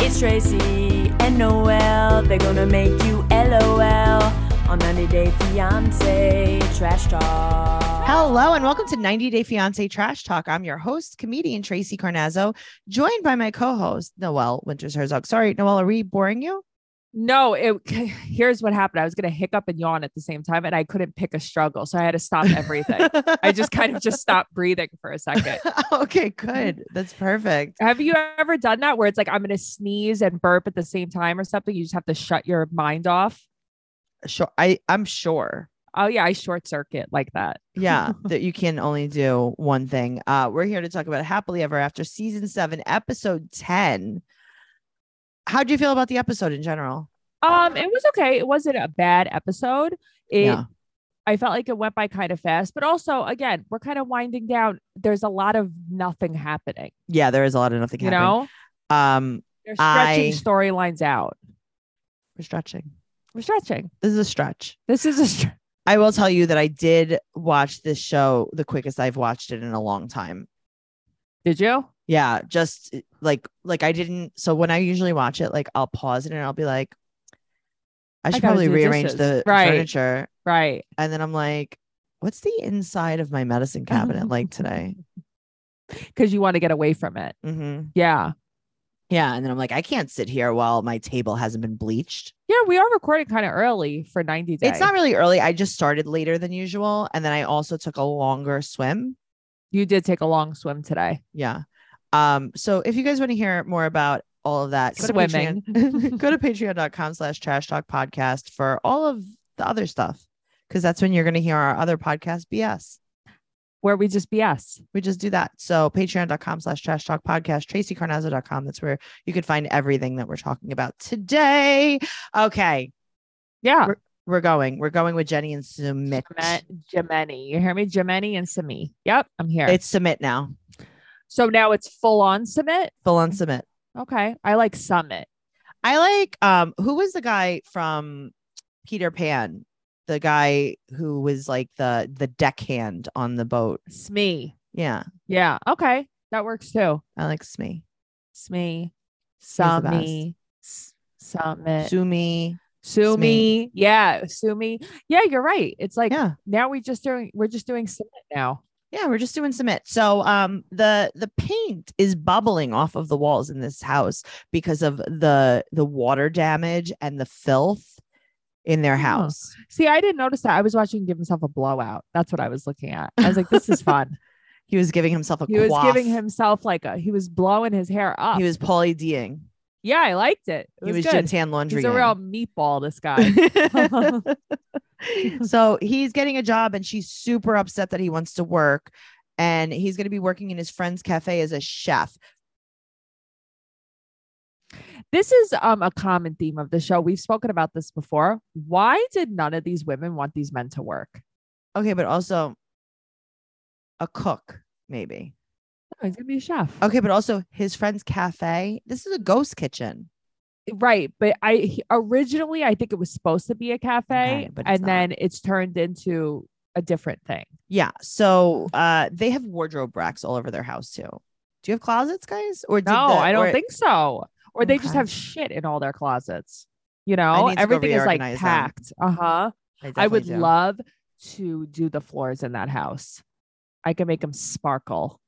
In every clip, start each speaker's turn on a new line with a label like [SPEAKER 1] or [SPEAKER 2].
[SPEAKER 1] It's Tracy and Noel. They're gonna make you LOL on 90 Day Fiance Trash Talk.
[SPEAKER 2] Hello and welcome to 90 Day Fiance Trash Talk. I'm your host, comedian Tracy Carnazzo, joined by my co-host Noelle Winters Herzog. Sorry, Noelle, are we boring you?
[SPEAKER 3] No, it here's what happened. I was gonna hiccup and yawn at the same time, and I couldn't pick a struggle, so I had to stop everything. I just kind of just stopped breathing for a second.
[SPEAKER 2] okay, good. That's perfect.
[SPEAKER 3] Have you ever done that where it's like I'm gonna sneeze and burp at the same time or something? You just have to shut your mind off.
[SPEAKER 2] Sure, I I'm sure.
[SPEAKER 3] Oh yeah, I short circuit like that.
[SPEAKER 2] Yeah, that you can only do one thing. Uh, we're here to talk about happily ever after season seven, episode ten. How do you feel about the episode in general?
[SPEAKER 3] Um, it was okay. It wasn't a bad episode. It
[SPEAKER 2] Yeah.
[SPEAKER 3] I felt like it went by kind of fast, but also again, we're kind of winding down. There's a lot of nothing happening,
[SPEAKER 2] Yeah, there is a lot of nothing.
[SPEAKER 3] you know?
[SPEAKER 2] know, um,
[SPEAKER 3] They're stretching
[SPEAKER 2] I-
[SPEAKER 3] storylines out.
[SPEAKER 2] we're stretching.
[SPEAKER 3] We're stretching.
[SPEAKER 2] This is a stretch.
[SPEAKER 3] This is a str-
[SPEAKER 2] I will tell you that I did watch this show the quickest I've watched it in a long time.
[SPEAKER 3] Did you?
[SPEAKER 2] Yeah, just eh, like like I didn't. So when I usually watch it, like I'll pause it and I'll be like, I should
[SPEAKER 3] gotta
[SPEAKER 2] probably
[SPEAKER 3] do the
[SPEAKER 2] rearrange
[SPEAKER 3] dishes.
[SPEAKER 2] the
[SPEAKER 3] Right.
[SPEAKER 2] furniture,
[SPEAKER 3] Right.
[SPEAKER 2] and then I'm like, what's the inside of my medicine cabinet like today?
[SPEAKER 3] Because you want to get away from it.
[SPEAKER 2] hmm
[SPEAKER 3] Yeah.
[SPEAKER 2] Yeah, and then I'm like, I can't sit here while my table hasn't been bleached.
[SPEAKER 3] Yeah. We are recording kind of early for 90 days.
[SPEAKER 2] It's not really early. I just started later than usual, and then I also took a longer swim.
[SPEAKER 3] You did take a long swim today.
[SPEAKER 2] Yeah. Um, so if you guys want to hear more about all of that, go to
[SPEAKER 3] Swimming.
[SPEAKER 2] Patreon- go to patreon.com slash trash talk podcast for all of the other stuff. Cause that's when you're gonna hear our other podcast BS.
[SPEAKER 3] Where we just BS.
[SPEAKER 2] We just do that. So patreon.com slash trash talk podcast, tracycarnazzo.com. That's where you can find everything that we're talking about today. Okay,
[SPEAKER 3] Yeah.
[SPEAKER 2] we're going. We're going with Jenny and Submit.
[SPEAKER 3] Met Jemeni. You hear me? Jemeni and Simi. Yep. I'm here.
[SPEAKER 2] It's Submit now.
[SPEAKER 3] so now it's full on summit.
[SPEAKER 2] Full on Submit.
[SPEAKER 3] Okay. I like summit.
[SPEAKER 2] I like um who was the guy from Peter Pan? The guy who was like the the deckhand on the boat.
[SPEAKER 3] Smee.
[SPEAKER 2] Yeah,
[SPEAKER 3] Yeah. Okay. That works too.
[SPEAKER 2] I like Smee.
[SPEAKER 3] Smee.
[SPEAKER 2] the best.
[SPEAKER 3] Sumi. S- Summit.
[SPEAKER 2] Sumi.
[SPEAKER 3] Sumi. Yeah. Sumi. Yeah. You're right. It's like
[SPEAKER 2] Yeah.
[SPEAKER 3] now we just doing, we're just doing summit now.
[SPEAKER 2] Yeah, we're just doing submit. So um the the paint is bubbling off of the walls in this house because of the the water damage and the filth in their
[SPEAKER 3] Huh.
[SPEAKER 2] house.
[SPEAKER 3] See, I didn't notice that. I was watching give himself a blowout. That's what I was looking at. I was like, this is fun.
[SPEAKER 2] He was giving himself a
[SPEAKER 3] he was
[SPEAKER 2] quaff.
[SPEAKER 3] giving himself like a he was blowing his hair up.
[SPEAKER 2] he was Paulie D'ing.
[SPEAKER 3] yeah, I liked it. It
[SPEAKER 2] He
[SPEAKER 3] was,
[SPEAKER 2] was
[SPEAKER 3] good.
[SPEAKER 2] Jintan Laundry.
[SPEAKER 3] He's a
[SPEAKER 2] Gang.
[SPEAKER 3] real meatball, this guy.
[SPEAKER 2] so he's getting a job and she's super upset that he wants to work and he's going to be working in his friend's cafe as a chef.
[SPEAKER 3] this is um a common theme of the show. We've spoken about this before. Why did none of these women want these men to work?
[SPEAKER 2] Okay, but also a cook maybe.
[SPEAKER 3] Oh, he's gonna be a chef.
[SPEAKER 2] Okay, but also his friend's cafe. This is a ghost kitchen.
[SPEAKER 3] Right. But I he- originally I think it was supposed to be a cafe
[SPEAKER 2] Okay, but it's
[SPEAKER 3] and
[SPEAKER 2] not.
[SPEAKER 3] then it's turned into a different thing.
[SPEAKER 2] Yeah. So uh they have wardrobe racks all over their house too. Do you have closets, guys? Or did
[SPEAKER 3] No,
[SPEAKER 2] the-
[SPEAKER 3] I don't
[SPEAKER 2] or-
[SPEAKER 3] think so. Or they just
[SPEAKER 2] Okay.
[SPEAKER 3] have shit in all their closets. You know,
[SPEAKER 2] need to go
[SPEAKER 3] everything is like
[SPEAKER 2] reorganize them.
[SPEAKER 3] packed. Uh huh. I
[SPEAKER 2] definitely
[SPEAKER 3] would
[SPEAKER 2] do.
[SPEAKER 3] love to do the floors in that house. I can make them sparkle.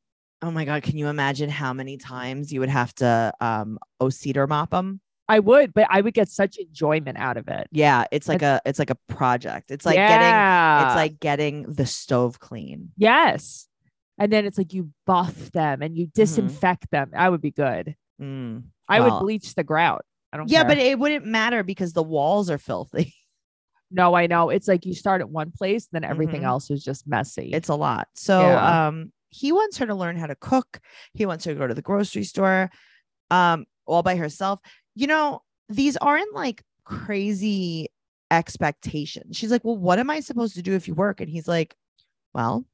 [SPEAKER 2] Oh my god, can you imagine how many times you would have to um o cedar mop them?
[SPEAKER 3] I would, but I would get such enjoyment out of it.
[SPEAKER 2] Yeah, it's like a it's like a project. It's like getting
[SPEAKER 3] yeah.
[SPEAKER 2] it's like getting the stove clean.
[SPEAKER 3] yes. And then it's like you buff them and you disinfect them. I would be good.
[SPEAKER 2] Mm.
[SPEAKER 3] I
[SPEAKER 2] Mm-hmm. Well-
[SPEAKER 3] would bleach the grout. I don't
[SPEAKER 2] Yeah,
[SPEAKER 3] care.
[SPEAKER 2] but it wouldn't matter because the walls are filthy.
[SPEAKER 3] no, I know. It's like you start at one place, then everything
[SPEAKER 2] Mhm.
[SPEAKER 3] else is just messy.
[SPEAKER 2] It's a lot. So
[SPEAKER 3] Yeah.
[SPEAKER 2] um he wants her to learn how to cook. He wants her to go to the grocery store um all by herself. You know, these aren't like crazy expectations. She's like, "Well, what am I supposed to do if you work?" And he's like, "Well,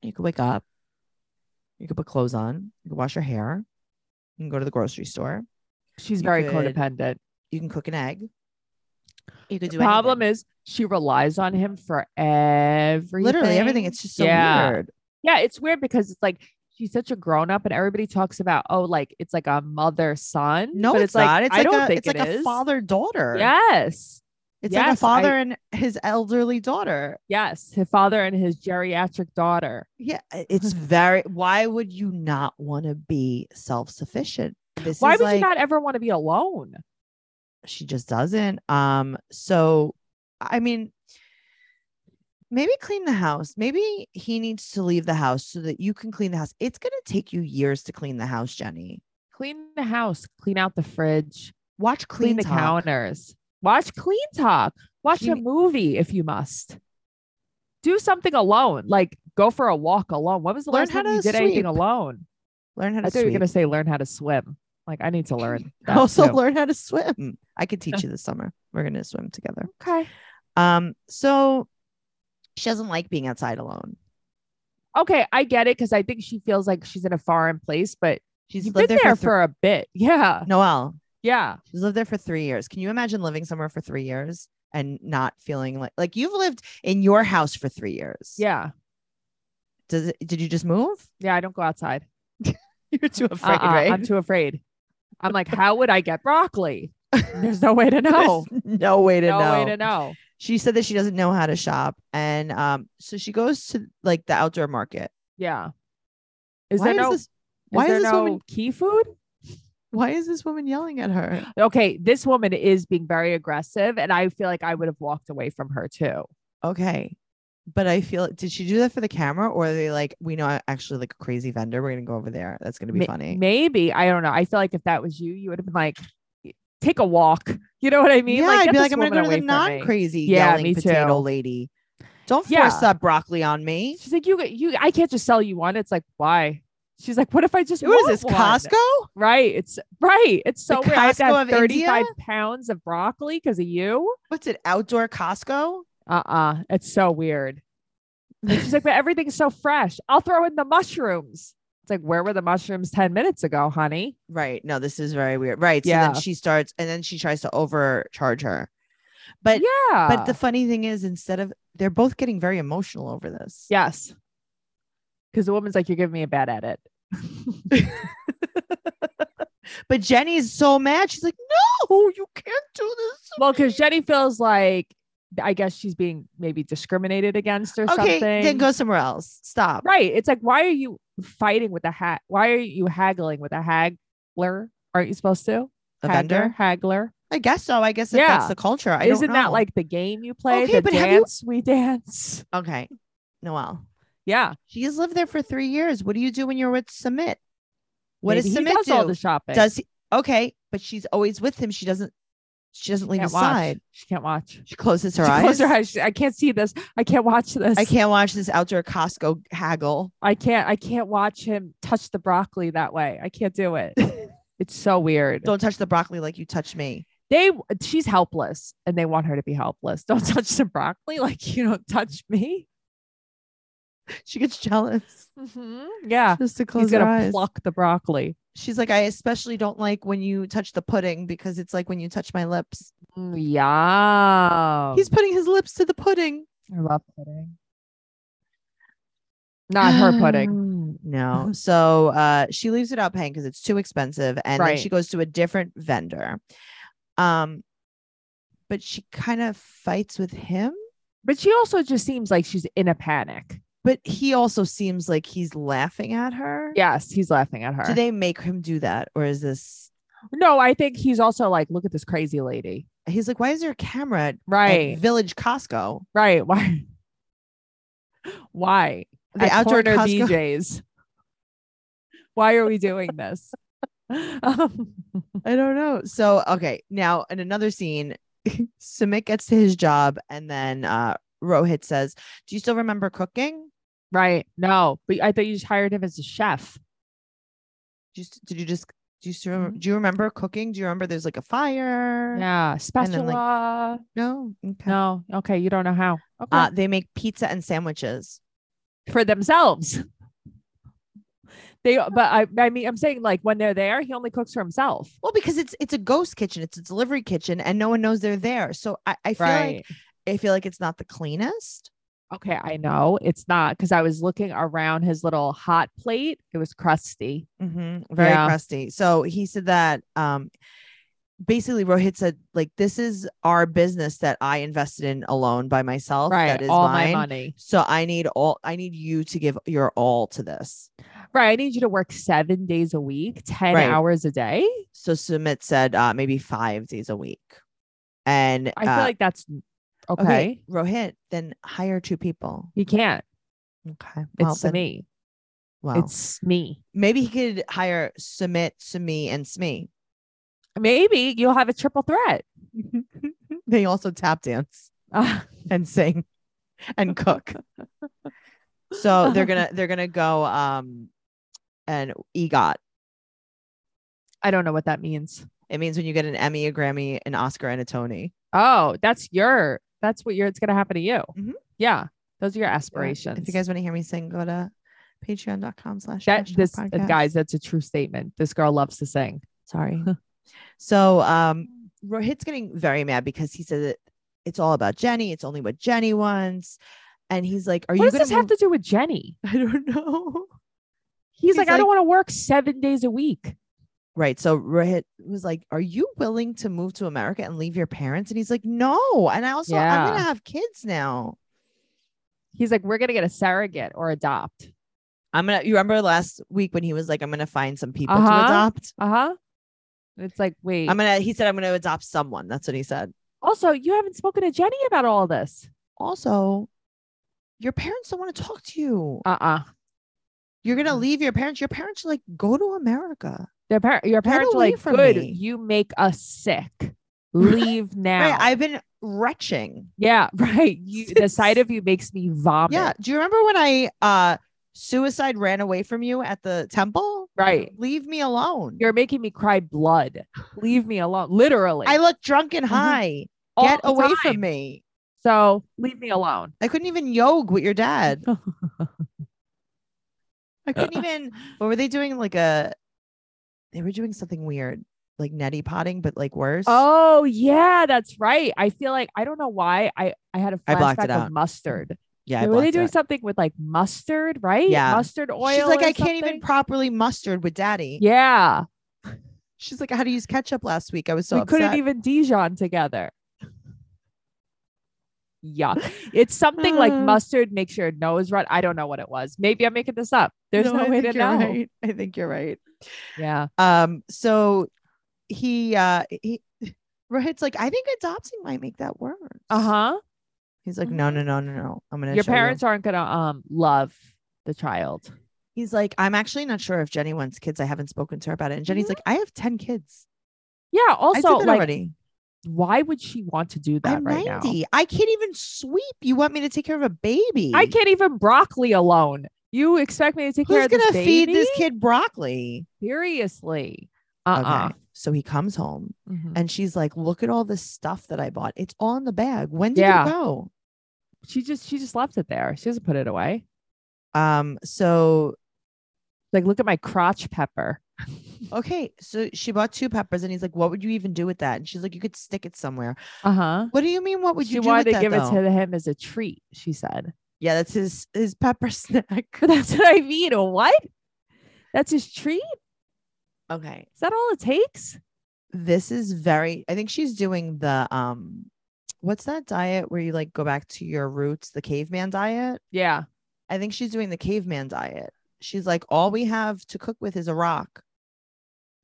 [SPEAKER 2] you could wake up. You could put clothes on. You could wash your hair. You can go to the grocery store.
[SPEAKER 3] She's
[SPEAKER 2] you
[SPEAKER 3] very
[SPEAKER 2] could
[SPEAKER 3] codependent.
[SPEAKER 2] You can cook an egg. You could do
[SPEAKER 3] the problem
[SPEAKER 2] anything.
[SPEAKER 3] is she relies on him for everything.
[SPEAKER 2] literally everything. It's just so
[SPEAKER 3] Yeah.
[SPEAKER 2] weird.
[SPEAKER 3] yeah, it's weird because it's like she's such a grown up, and everybody talks about oh, like it's like a mother son.
[SPEAKER 2] No,
[SPEAKER 3] but
[SPEAKER 2] it's, not. It's
[SPEAKER 3] I
[SPEAKER 2] like
[SPEAKER 3] don't
[SPEAKER 2] a,
[SPEAKER 3] think
[SPEAKER 2] it's like a father daughter.
[SPEAKER 3] Yes,
[SPEAKER 2] It's like a
[SPEAKER 3] Yes, I-
[SPEAKER 2] father and his elderly daughter.
[SPEAKER 3] yes, his father and his geriatric daughter.
[SPEAKER 2] Yeah, i- it's very. Why would you not want to be self sufficient? This
[SPEAKER 3] Why
[SPEAKER 2] is
[SPEAKER 3] would
[SPEAKER 2] like,
[SPEAKER 3] you not ever want to be alone?
[SPEAKER 2] She just doesn't. Um. So, I mean, maybe clean the house. Maybe he needs to leave the house so that you can clean the house. It's gonna take you years to clean the house, Jenny.
[SPEAKER 3] Clean the house, clean out the fridge,
[SPEAKER 2] Watch
[SPEAKER 3] clean,
[SPEAKER 2] clean,
[SPEAKER 3] the
[SPEAKER 2] Talk.
[SPEAKER 3] counters, watch Clean Talk, watch
[SPEAKER 2] You
[SPEAKER 3] a
[SPEAKER 2] ne-
[SPEAKER 3] movie if you must. Do something alone, like go for a walk alone. When was the
[SPEAKER 2] Learn
[SPEAKER 3] last
[SPEAKER 2] how
[SPEAKER 3] time you
[SPEAKER 2] to
[SPEAKER 3] did anything
[SPEAKER 2] sweep.
[SPEAKER 3] alone?
[SPEAKER 2] Learn how
[SPEAKER 3] I
[SPEAKER 2] to
[SPEAKER 3] thought you were
[SPEAKER 2] sweep.
[SPEAKER 3] gonna say learn how to swim. Like I need to learn. that
[SPEAKER 2] Also,
[SPEAKER 3] too.
[SPEAKER 2] learn how to swim. Mm. I could teach you this summer. We're gonna swim together.
[SPEAKER 3] okay, Mm.
[SPEAKER 2] Um. So, she doesn't like being outside alone.
[SPEAKER 3] okay, I get it because I think she feels like she's in a foreign place, but
[SPEAKER 2] She's
[SPEAKER 3] you've been
[SPEAKER 2] lived
[SPEAKER 3] there,
[SPEAKER 2] there,
[SPEAKER 3] for, a bit. Yeah,
[SPEAKER 2] for Noel.
[SPEAKER 3] yeah.
[SPEAKER 2] She's lived there for three years. Can you imagine living somewhere for three years and not feeling like like you've lived in your house for three years?
[SPEAKER 3] Yeah.
[SPEAKER 2] Does it, did you just move?
[SPEAKER 3] Yeah. I don't go outside.
[SPEAKER 2] You're too
[SPEAKER 3] Uh-uh,
[SPEAKER 2] afraid, right?
[SPEAKER 3] I'm too afraid. I'm like, how would I get broccoli? There's no way to know.
[SPEAKER 2] There's no way to
[SPEAKER 3] no
[SPEAKER 2] know.
[SPEAKER 3] way to know.
[SPEAKER 2] She said that she doesn't know how to shop, and um, so she goes to like the outdoor market.
[SPEAKER 3] Yeah. Is
[SPEAKER 2] why
[SPEAKER 3] there
[SPEAKER 2] is
[SPEAKER 3] no?
[SPEAKER 2] this? Why is,
[SPEAKER 3] there
[SPEAKER 2] this
[SPEAKER 3] no
[SPEAKER 2] woman?
[SPEAKER 3] key food?
[SPEAKER 2] Why is this woman yelling at her?
[SPEAKER 3] Okay, this woman is being very aggressive, and I feel like I would have walked away from her too.
[SPEAKER 2] Okay, but I feel did she do that for the camera, or are they like we know actually like a crazy vendor? We're gonna go over there. That's gonna be
[SPEAKER 3] Ma-
[SPEAKER 2] funny.
[SPEAKER 3] Maybe I don't know. I feel like if that was you, you would have been like, take a walk. You know what I mean?
[SPEAKER 2] yeah,
[SPEAKER 3] like,
[SPEAKER 2] I'd
[SPEAKER 3] get
[SPEAKER 2] be like,
[SPEAKER 3] this
[SPEAKER 2] I'm gonna
[SPEAKER 3] woman
[SPEAKER 2] go to the
[SPEAKER 3] away from me.
[SPEAKER 2] non crazy
[SPEAKER 3] Yeah,
[SPEAKER 2] yelling
[SPEAKER 3] me
[SPEAKER 2] potato
[SPEAKER 3] too.
[SPEAKER 2] lady. Don't force
[SPEAKER 3] Yeah.
[SPEAKER 2] that broccoli on me.
[SPEAKER 3] She's like, you, you, I can't just sell you one. It's like, why? She's like, what if I just
[SPEAKER 2] What
[SPEAKER 3] want
[SPEAKER 2] is this,
[SPEAKER 3] one?
[SPEAKER 2] Costco?
[SPEAKER 3] Right? It's right. It's so
[SPEAKER 2] The
[SPEAKER 3] weird. I have to
[SPEAKER 2] Costco
[SPEAKER 3] have
[SPEAKER 2] of India?
[SPEAKER 3] 35 pounds of broccoli because of you.
[SPEAKER 2] What's it, outdoor Costco?
[SPEAKER 3] Uh uh It's so weird. And she's like, but everything's so fresh. I'll throw in the mushrooms. It's like, where were the mushrooms 10 minutes ago, honey?
[SPEAKER 2] Right. No, this is very weird. Right. So
[SPEAKER 3] Yeah.
[SPEAKER 2] then she starts and then she tries to overcharge her. But-
[SPEAKER 3] yeah.
[SPEAKER 2] But the funny thing is, instead of they're both getting very emotional over this.
[SPEAKER 3] Yes. Because the woman's like, you're giving me a bad edit.
[SPEAKER 2] But Jenny's so mad. She's like, no, you can't do this. to
[SPEAKER 3] Well,
[SPEAKER 2] me."
[SPEAKER 3] because Jenny feels like, I guess she's being maybe discriminated against or
[SPEAKER 2] okay,
[SPEAKER 3] something.
[SPEAKER 2] then go somewhere else. Stop.
[SPEAKER 3] right. It's like, why are you fighting with a hat? Why are you haggling with a haggler? Aren't you supposed to?
[SPEAKER 2] A
[SPEAKER 3] Haggler,
[SPEAKER 2] vendor.
[SPEAKER 3] Haggler.
[SPEAKER 2] I guess so. I guess if
[SPEAKER 3] Yeah.
[SPEAKER 2] that's the culture. I
[SPEAKER 3] Isn't
[SPEAKER 2] don't know.
[SPEAKER 3] that like the game you play?
[SPEAKER 2] Okay,
[SPEAKER 3] the
[SPEAKER 2] but have you-
[SPEAKER 3] dance we dance.
[SPEAKER 2] okay, Noel?
[SPEAKER 3] Yeah.
[SPEAKER 2] She's lived there for three years. What do you do when you're with Submit? What
[SPEAKER 3] maybe
[SPEAKER 2] does
[SPEAKER 3] he
[SPEAKER 2] Submit
[SPEAKER 3] does
[SPEAKER 2] do?
[SPEAKER 3] all the shopping.
[SPEAKER 2] does he? Okay, but she's always with him. She doesn't. She doesn't
[SPEAKER 3] she
[SPEAKER 2] leave
[SPEAKER 3] can't
[SPEAKER 2] his
[SPEAKER 3] watch.
[SPEAKER 2] side.
[SPEAKER 3] She can't watch.
[SPEAKER 2] She closes her
[SPEAKER 3] She
[SPEAKER 2] eyes.
[SPEAKER 3] closed her eyes. She- I can't see this. I can't watch this.
[SPEAKER 2] I can't watch this outdoor Costco haggle.
[SPEAKER 3] I can't I can't watch him touch the broccoli that way. I can't do it. it's so weird.
[SPEAKER 2] Don't touch the broccoli like you touch me.
[SPEAKER 3] They she's helpless and they want her to be helpless. Don't touch the broccoli like you don't touch me.
[SPEAKER 2] She gets jealous
[SPEAKER 3] Yeah.
[SPEAKER 2] just to close
[SPEAKER 3] He's
[SPEAKER 2] her
[SPEAKER 3] gonna
[SPEAKER 2] eyes.
[SPEAKER 3] pluck the broccoli.
[SPEAKER 2] She's like, I especially don't like when you touch the pudding because it's like when you touch my lips.
[SPEAKER 3] Mm, Yeah.
[SPEAKER 2] He's putting his lips to the pudding.
[SPEAKER 3] I love pudding. Not her pudding.
[SPEAKER 2] no. So uh, she leaves without paying because it's too expensive, and then she
[SPEAKER 3] Right.
[SPEAKER 2] goes to a different vendor. Um, but she kind of fights with him.
[SPEAKER 3] But she also just seems like she's in a panic.
[SPEAKER 2] But he also seems like he's laughing at her.
[SPEAKER 3] Yes, he's laughing at her.
[SPEAKER 2] Do they make him do that, or is this?
[SPEAKER 3] no, I think he's also like, look at this crazy lady.
[SPEAKER 2] He's like, why is there a camera at-
[SPEAKER 3] Right.
[SPEAKER 2] at Village Costco?
[SPEAKER 3] right. Why? Why?
[SPEAKER 2] The
[SPEAKER 3] At
[SPEAKER 2] outdoor
[SPEAKER 3] corner
[SPEAKER 2] Costco.
[SPEAKER 3] BJ's. Why are we doing this? Um,
[SPEAKER 2] I don't know. So okay, now in another scene, Sumit gets to his job, and then uh, Rohit says, "Do you still remember cooking?
[SPEAKER 3] right. No, but I thought you just hired him as a chef.
[SPEAKER 2] Do you, s- did you just do you still remember,
[SPEAKER 3] Mhm.
[SPEAKER 2] do you remember cooking? Do you remember there's like a fire?
[SPEAKER 3] Yeah.
[SPEAKER 2] then, like,
[SPEAKER 3] Spatula.
[SPEAKER 2] No. Okay.
[SPEAKER 3] no. Okay. You don't know how. Okay.
[SPEAKER 2] Uh, they make pizza and sandwiches.
[SPEAKER 3] for themselves. They, but I, I mean, I'm saying like when they're there, he only cooks for himself.
[SPEAKER 2] Well, because it's it's a ghost kitchen, it's a delivery kitchen, and no one knows they're there. So I, I feel like I feel like it's not the cleanest.
[SPEAKER 3] Okay, I know it's not because I was looking around his little hot plate. It was crusty.
[SPEAKER 2] Mhm, Very
[SPEAKER 3] Yeah.
[SPEAKER 2] crusty. So he said that um basically Rohit said, like, this is our business that I invested in alone by myself. That
[SPEAKER 3] Right.
[SPEAKER 2] is
[SPEAKER 3] All
[SPEAKER 2] mine.
[SPEAKER 3] my money.
[SPEAKER 2] So I need all I need you to give your all to this.
[SPEAKER 3] Right. I need you to work seven days a week, 10
[SPEAKER 2] Right.
[SPEAKER 3] hours a day.
[SPEAKER 2] So Sumit said uh maybe five days a week. And
[SPEAKER 3] I feel
[SPEAKER 2] uh,
[SPEAKER 3] like that's okay.
[SPEAKER 2] okay, Rohit, then hire two people.
[SPEAKER 3] You can't.
[SPEAKER 2] Okay. Well,
[SPEAKER 3] It's
[SPEAKER 2] then-
[SPEAKER 3] me.
[SPEAKER 2] Well,
[SPEAKER 3] It's me.
[SPEAKER 2] maybe he could hire Sumit, Sumi, and Smi.
[SPEAKER 3] Maybe you'll have a triple threat.
[SPEAKER 2] They also tap dance.
[SPEAKER 3] Ah,
[SPEAKER 2] and sing and cook. so they're gonna they're gonna go um an EGOT.
[SPEAKER 3] I don't know what that means.
[SPEAKER 2] It means when you get an Emmy, a Grammy, an Oscar, and a Tony.
[SPEAKER 3] Oh, that's your. That's what your. It's gonna happen to you.
[SPEAKER 2] Mhm.
[SPEAKER 3] Yeah. Those are your
[SPEAKER 2] Inspiration.
[SPEAKER 3] aspirations.
[SPEAKER 2] If you guys want to hear me sing, go to patreon.com slash
[SPEAKER 3] that
[SPEAKER 2] Trash Talk
[SPEAKER 3] this uh,
[SPEAKER 2] Podcast.
[SPEAKER 3] guys, that's a true statement. This girl loves to sing.
[SPEAKER 2] Sorry. so um Rohit's getting very mad because he said that it's all about Jenny. It's only what Jenny wants. And he's like, Are
[SPEAKER 3] what
[SPEAKER 2] you
[SPEAKER 3] does
[SPEAKER 2] gonna
[SPEAKER 3] this have
[SPEAKER 2] move-
[SPEAKER 3] to do with Jenny?
[SPEAKER 2] I don't know.
[SPEAKER 3] He's,
[SPEAKER 2] He's
[SPEAKER 3] like, I don't want to work seven days a week.
[SPEAKER 2] Right. So Rohit was like, Are you willing to move to America and leave your parents? And he's like, No. And I also, I'm going to
[SPEAKER 3] Yeah.
[SPEAKER 2] have kids now.
[SPEAKER 3] He's like, we're gonna get a surrogate or adopt.
[SPEAKER 2] I'm going to, you remember last week when he was like, I'm going to find some people to
[SPEAKER 3] Uh-huh.
[SPEAKER 2] adopt?
[SPEAKER 3] Uh huh. It's like, wait.
[SPEAKER 2] I'm going to, he said, I'm going to adopt someone. That's what he said.
[SPEAKER 3] also, you haven't spoken to Jenny about all this.
[SPEAKER 2] Also, your parents don't want to talk to you.
[SPEAKER 3] Uh uh
[SPEAKER 2] You're going to
[SPEAKER 3] Mm.
[SPEAKER 2] leave your parents. Your parents are like, Go to America.
[SPEAKER 3] Their par- your parents are
[SPEAKER 2] away
[SPEAKER 3] like,
[SPEAKER 2] from
[SPEAKER 3] good.
[SPEAKER 2] me."
[SPEAKER 3] You make us sick. Leave now.
[SPEAKER 2] Right. I've been retching.
[SPEAKER 3] yeah, right. You, the sight
[SPEAKER 2] Since-
[SPEAKER 3] of you makes me vomit.
[SPEAKER 2] Yeah. Do you remember when I, uh, suicide ran away from you at the temple?
[SPEAKER 3] Right.
[SPEAKER 2] Leave me alone.
[SPEAKER 3] You're making me cry blood. Leave me alone. Literally.
[SPEAKER 2] I look drunk and
[SPEAKER 3] Mhm.
[SPEAKER 2] high.
[SPEAKER 3] all
[SPEAKER 2] Get
[SPEAKER 3] the
[SPEAKER 2] away
[SPEAKER 3] time.
[SPEAKER 2] from me.
[SPEAKER 3] So leave me alone.
[SPEAKER 2] I couldn't even yog with your dad. I couldn't even. What were they doing? Like a, they were doing something weird, like neti potting, but like worse.
[SPEAKER 3] Oh yeah, that's right. I feel like I don't know why I I had a
[SPEAKER 2] I
[SPEAKER 3] flashback
[SPEAKER 2] blocked it
[SPEAKER 3] of
[SPEAKER 2] out.
[SPEAKER 3] mustard.
[SPEAKER 2] yeah. I
[SPEAKER 3] were they
[SPEAKER 2] blocked
[SPEAKER 3] doing
[SPEAKER 2] it.
[SPEAKER 3] something with like mustard, right?
[SPEAKER 2] Yeah.
[SPEAKER 3] mustard oil.
[SPEAKER 2] She's like,
[SPEAKER 3] or
[SPEAKER 2] I can't even
[SPEAKER 3] something?
[SPEAKER 2] properly mustard with daddy.
[SPEAKER 3] yeah,
[SPEAKER 2] She's like, I had to use ketchup last week. I was so
[SPEAKER 3] we
[SPEAKER 2] upset.
[SPEAKER 3] couldn't even Dijon together. Yeah, it's something like
[SPEAKER 2] Uh.
[SPEAKER 3] mustard makes your nose run. I don't know what it was. Maybe I'm making this up. There's no,
[SPEAKER 2] I
[SPEAKER 3] way to
[SPEAKER 2] think you're
[SPEAKER 3] know.
[SPEAKER 2] Right. I think you're right.
[SPEAKER 3] Yeah,
[SPEAKER 2] Um. So he, uh, he, Rohit's like, I think adopting might make that worse.
[SPEAKER 3] uh huh.
[SPEAKER 2] He's like, no, no, no, no, no. I'm gonna.
[SPEAKER 3] Your
[SPEAKER 2] show you."
[SPEAKER 3] parents aren't gonna um love the child.
[SPEAKER 2] He's like, I'm actually not sure if Jenny wants kids. I haven't spoken to her about it. And Jenny's like, I have 10 kids.
[SPEAKER 3] Yeah. Also,
[SPEAKER 2] I did that
[SPEAKER 3] like,
[SPEAKER 2] already.
[SPEAKER 3] why would she want to do that
[SPEAKER 2] I'm
[SPEAKER 3] right now?
[SPEAKER 2] 90. I can't even sweep. You want me to take care of a baby?
[SPEAKER 3] I can't even broccoli alone. You expect me to take care
[SPEAKER 2] Who's
[SPEAKER 3] of this
[SPEAKER 2] gonna feed
[SPEAKER 3] baby?
[SPEAKER 2] this kid broccoli?
[SPEAKER 3] Seriously. Uh-uh.
[SPEAKER 2] Okay. So he comes home
[SPEAKER 3] Mhm.
[SPEAKER 2] and she's like, Look at all this stuff that I bought. It's all in the bag. When did
[SPEAKER 3] Yeah.
[SPEAKER 2] you go?
[SPEAKER 3] She just she just left it there. She doesn't put it away.
[SPEAKER 2] Um, so
[SPEAKER 3] Like, look at my crotch pepper.
[SPEAKER 2] okay. So she bought two peppers and he's like, What would you even do with that? And she's like, You could stick it somewhere.
[SPEAKER 3] Uh-huh.
[SPEAKER 2] What do you mean? What would
[SPEAKER 3] she
[SPEAKER 2] you do with
[SPEAKER 3] wanted to
[SPEAKER 2] that,
[SPEAKER 3] give
[SPEAKER 2] though?"
[SPEAKER 3] it to him as a treat, she said.
[SPEAKER 2] Yeah, that's his his pepper snack.
[SPEAKER 3] But that's what I mean. A What? That's his treat?
[SPEAKER 2] okay.
[SPEAKER 3] Is that all it takes?
[SPEAKER 2] this is very i think she's doing the um what's that diet where you like go back to your roots the caveman diet
[SPEAKER 3] Yeah.
[SPEAKER 2] i think she's doing the caveman diet she's like all we have to cook with is a rock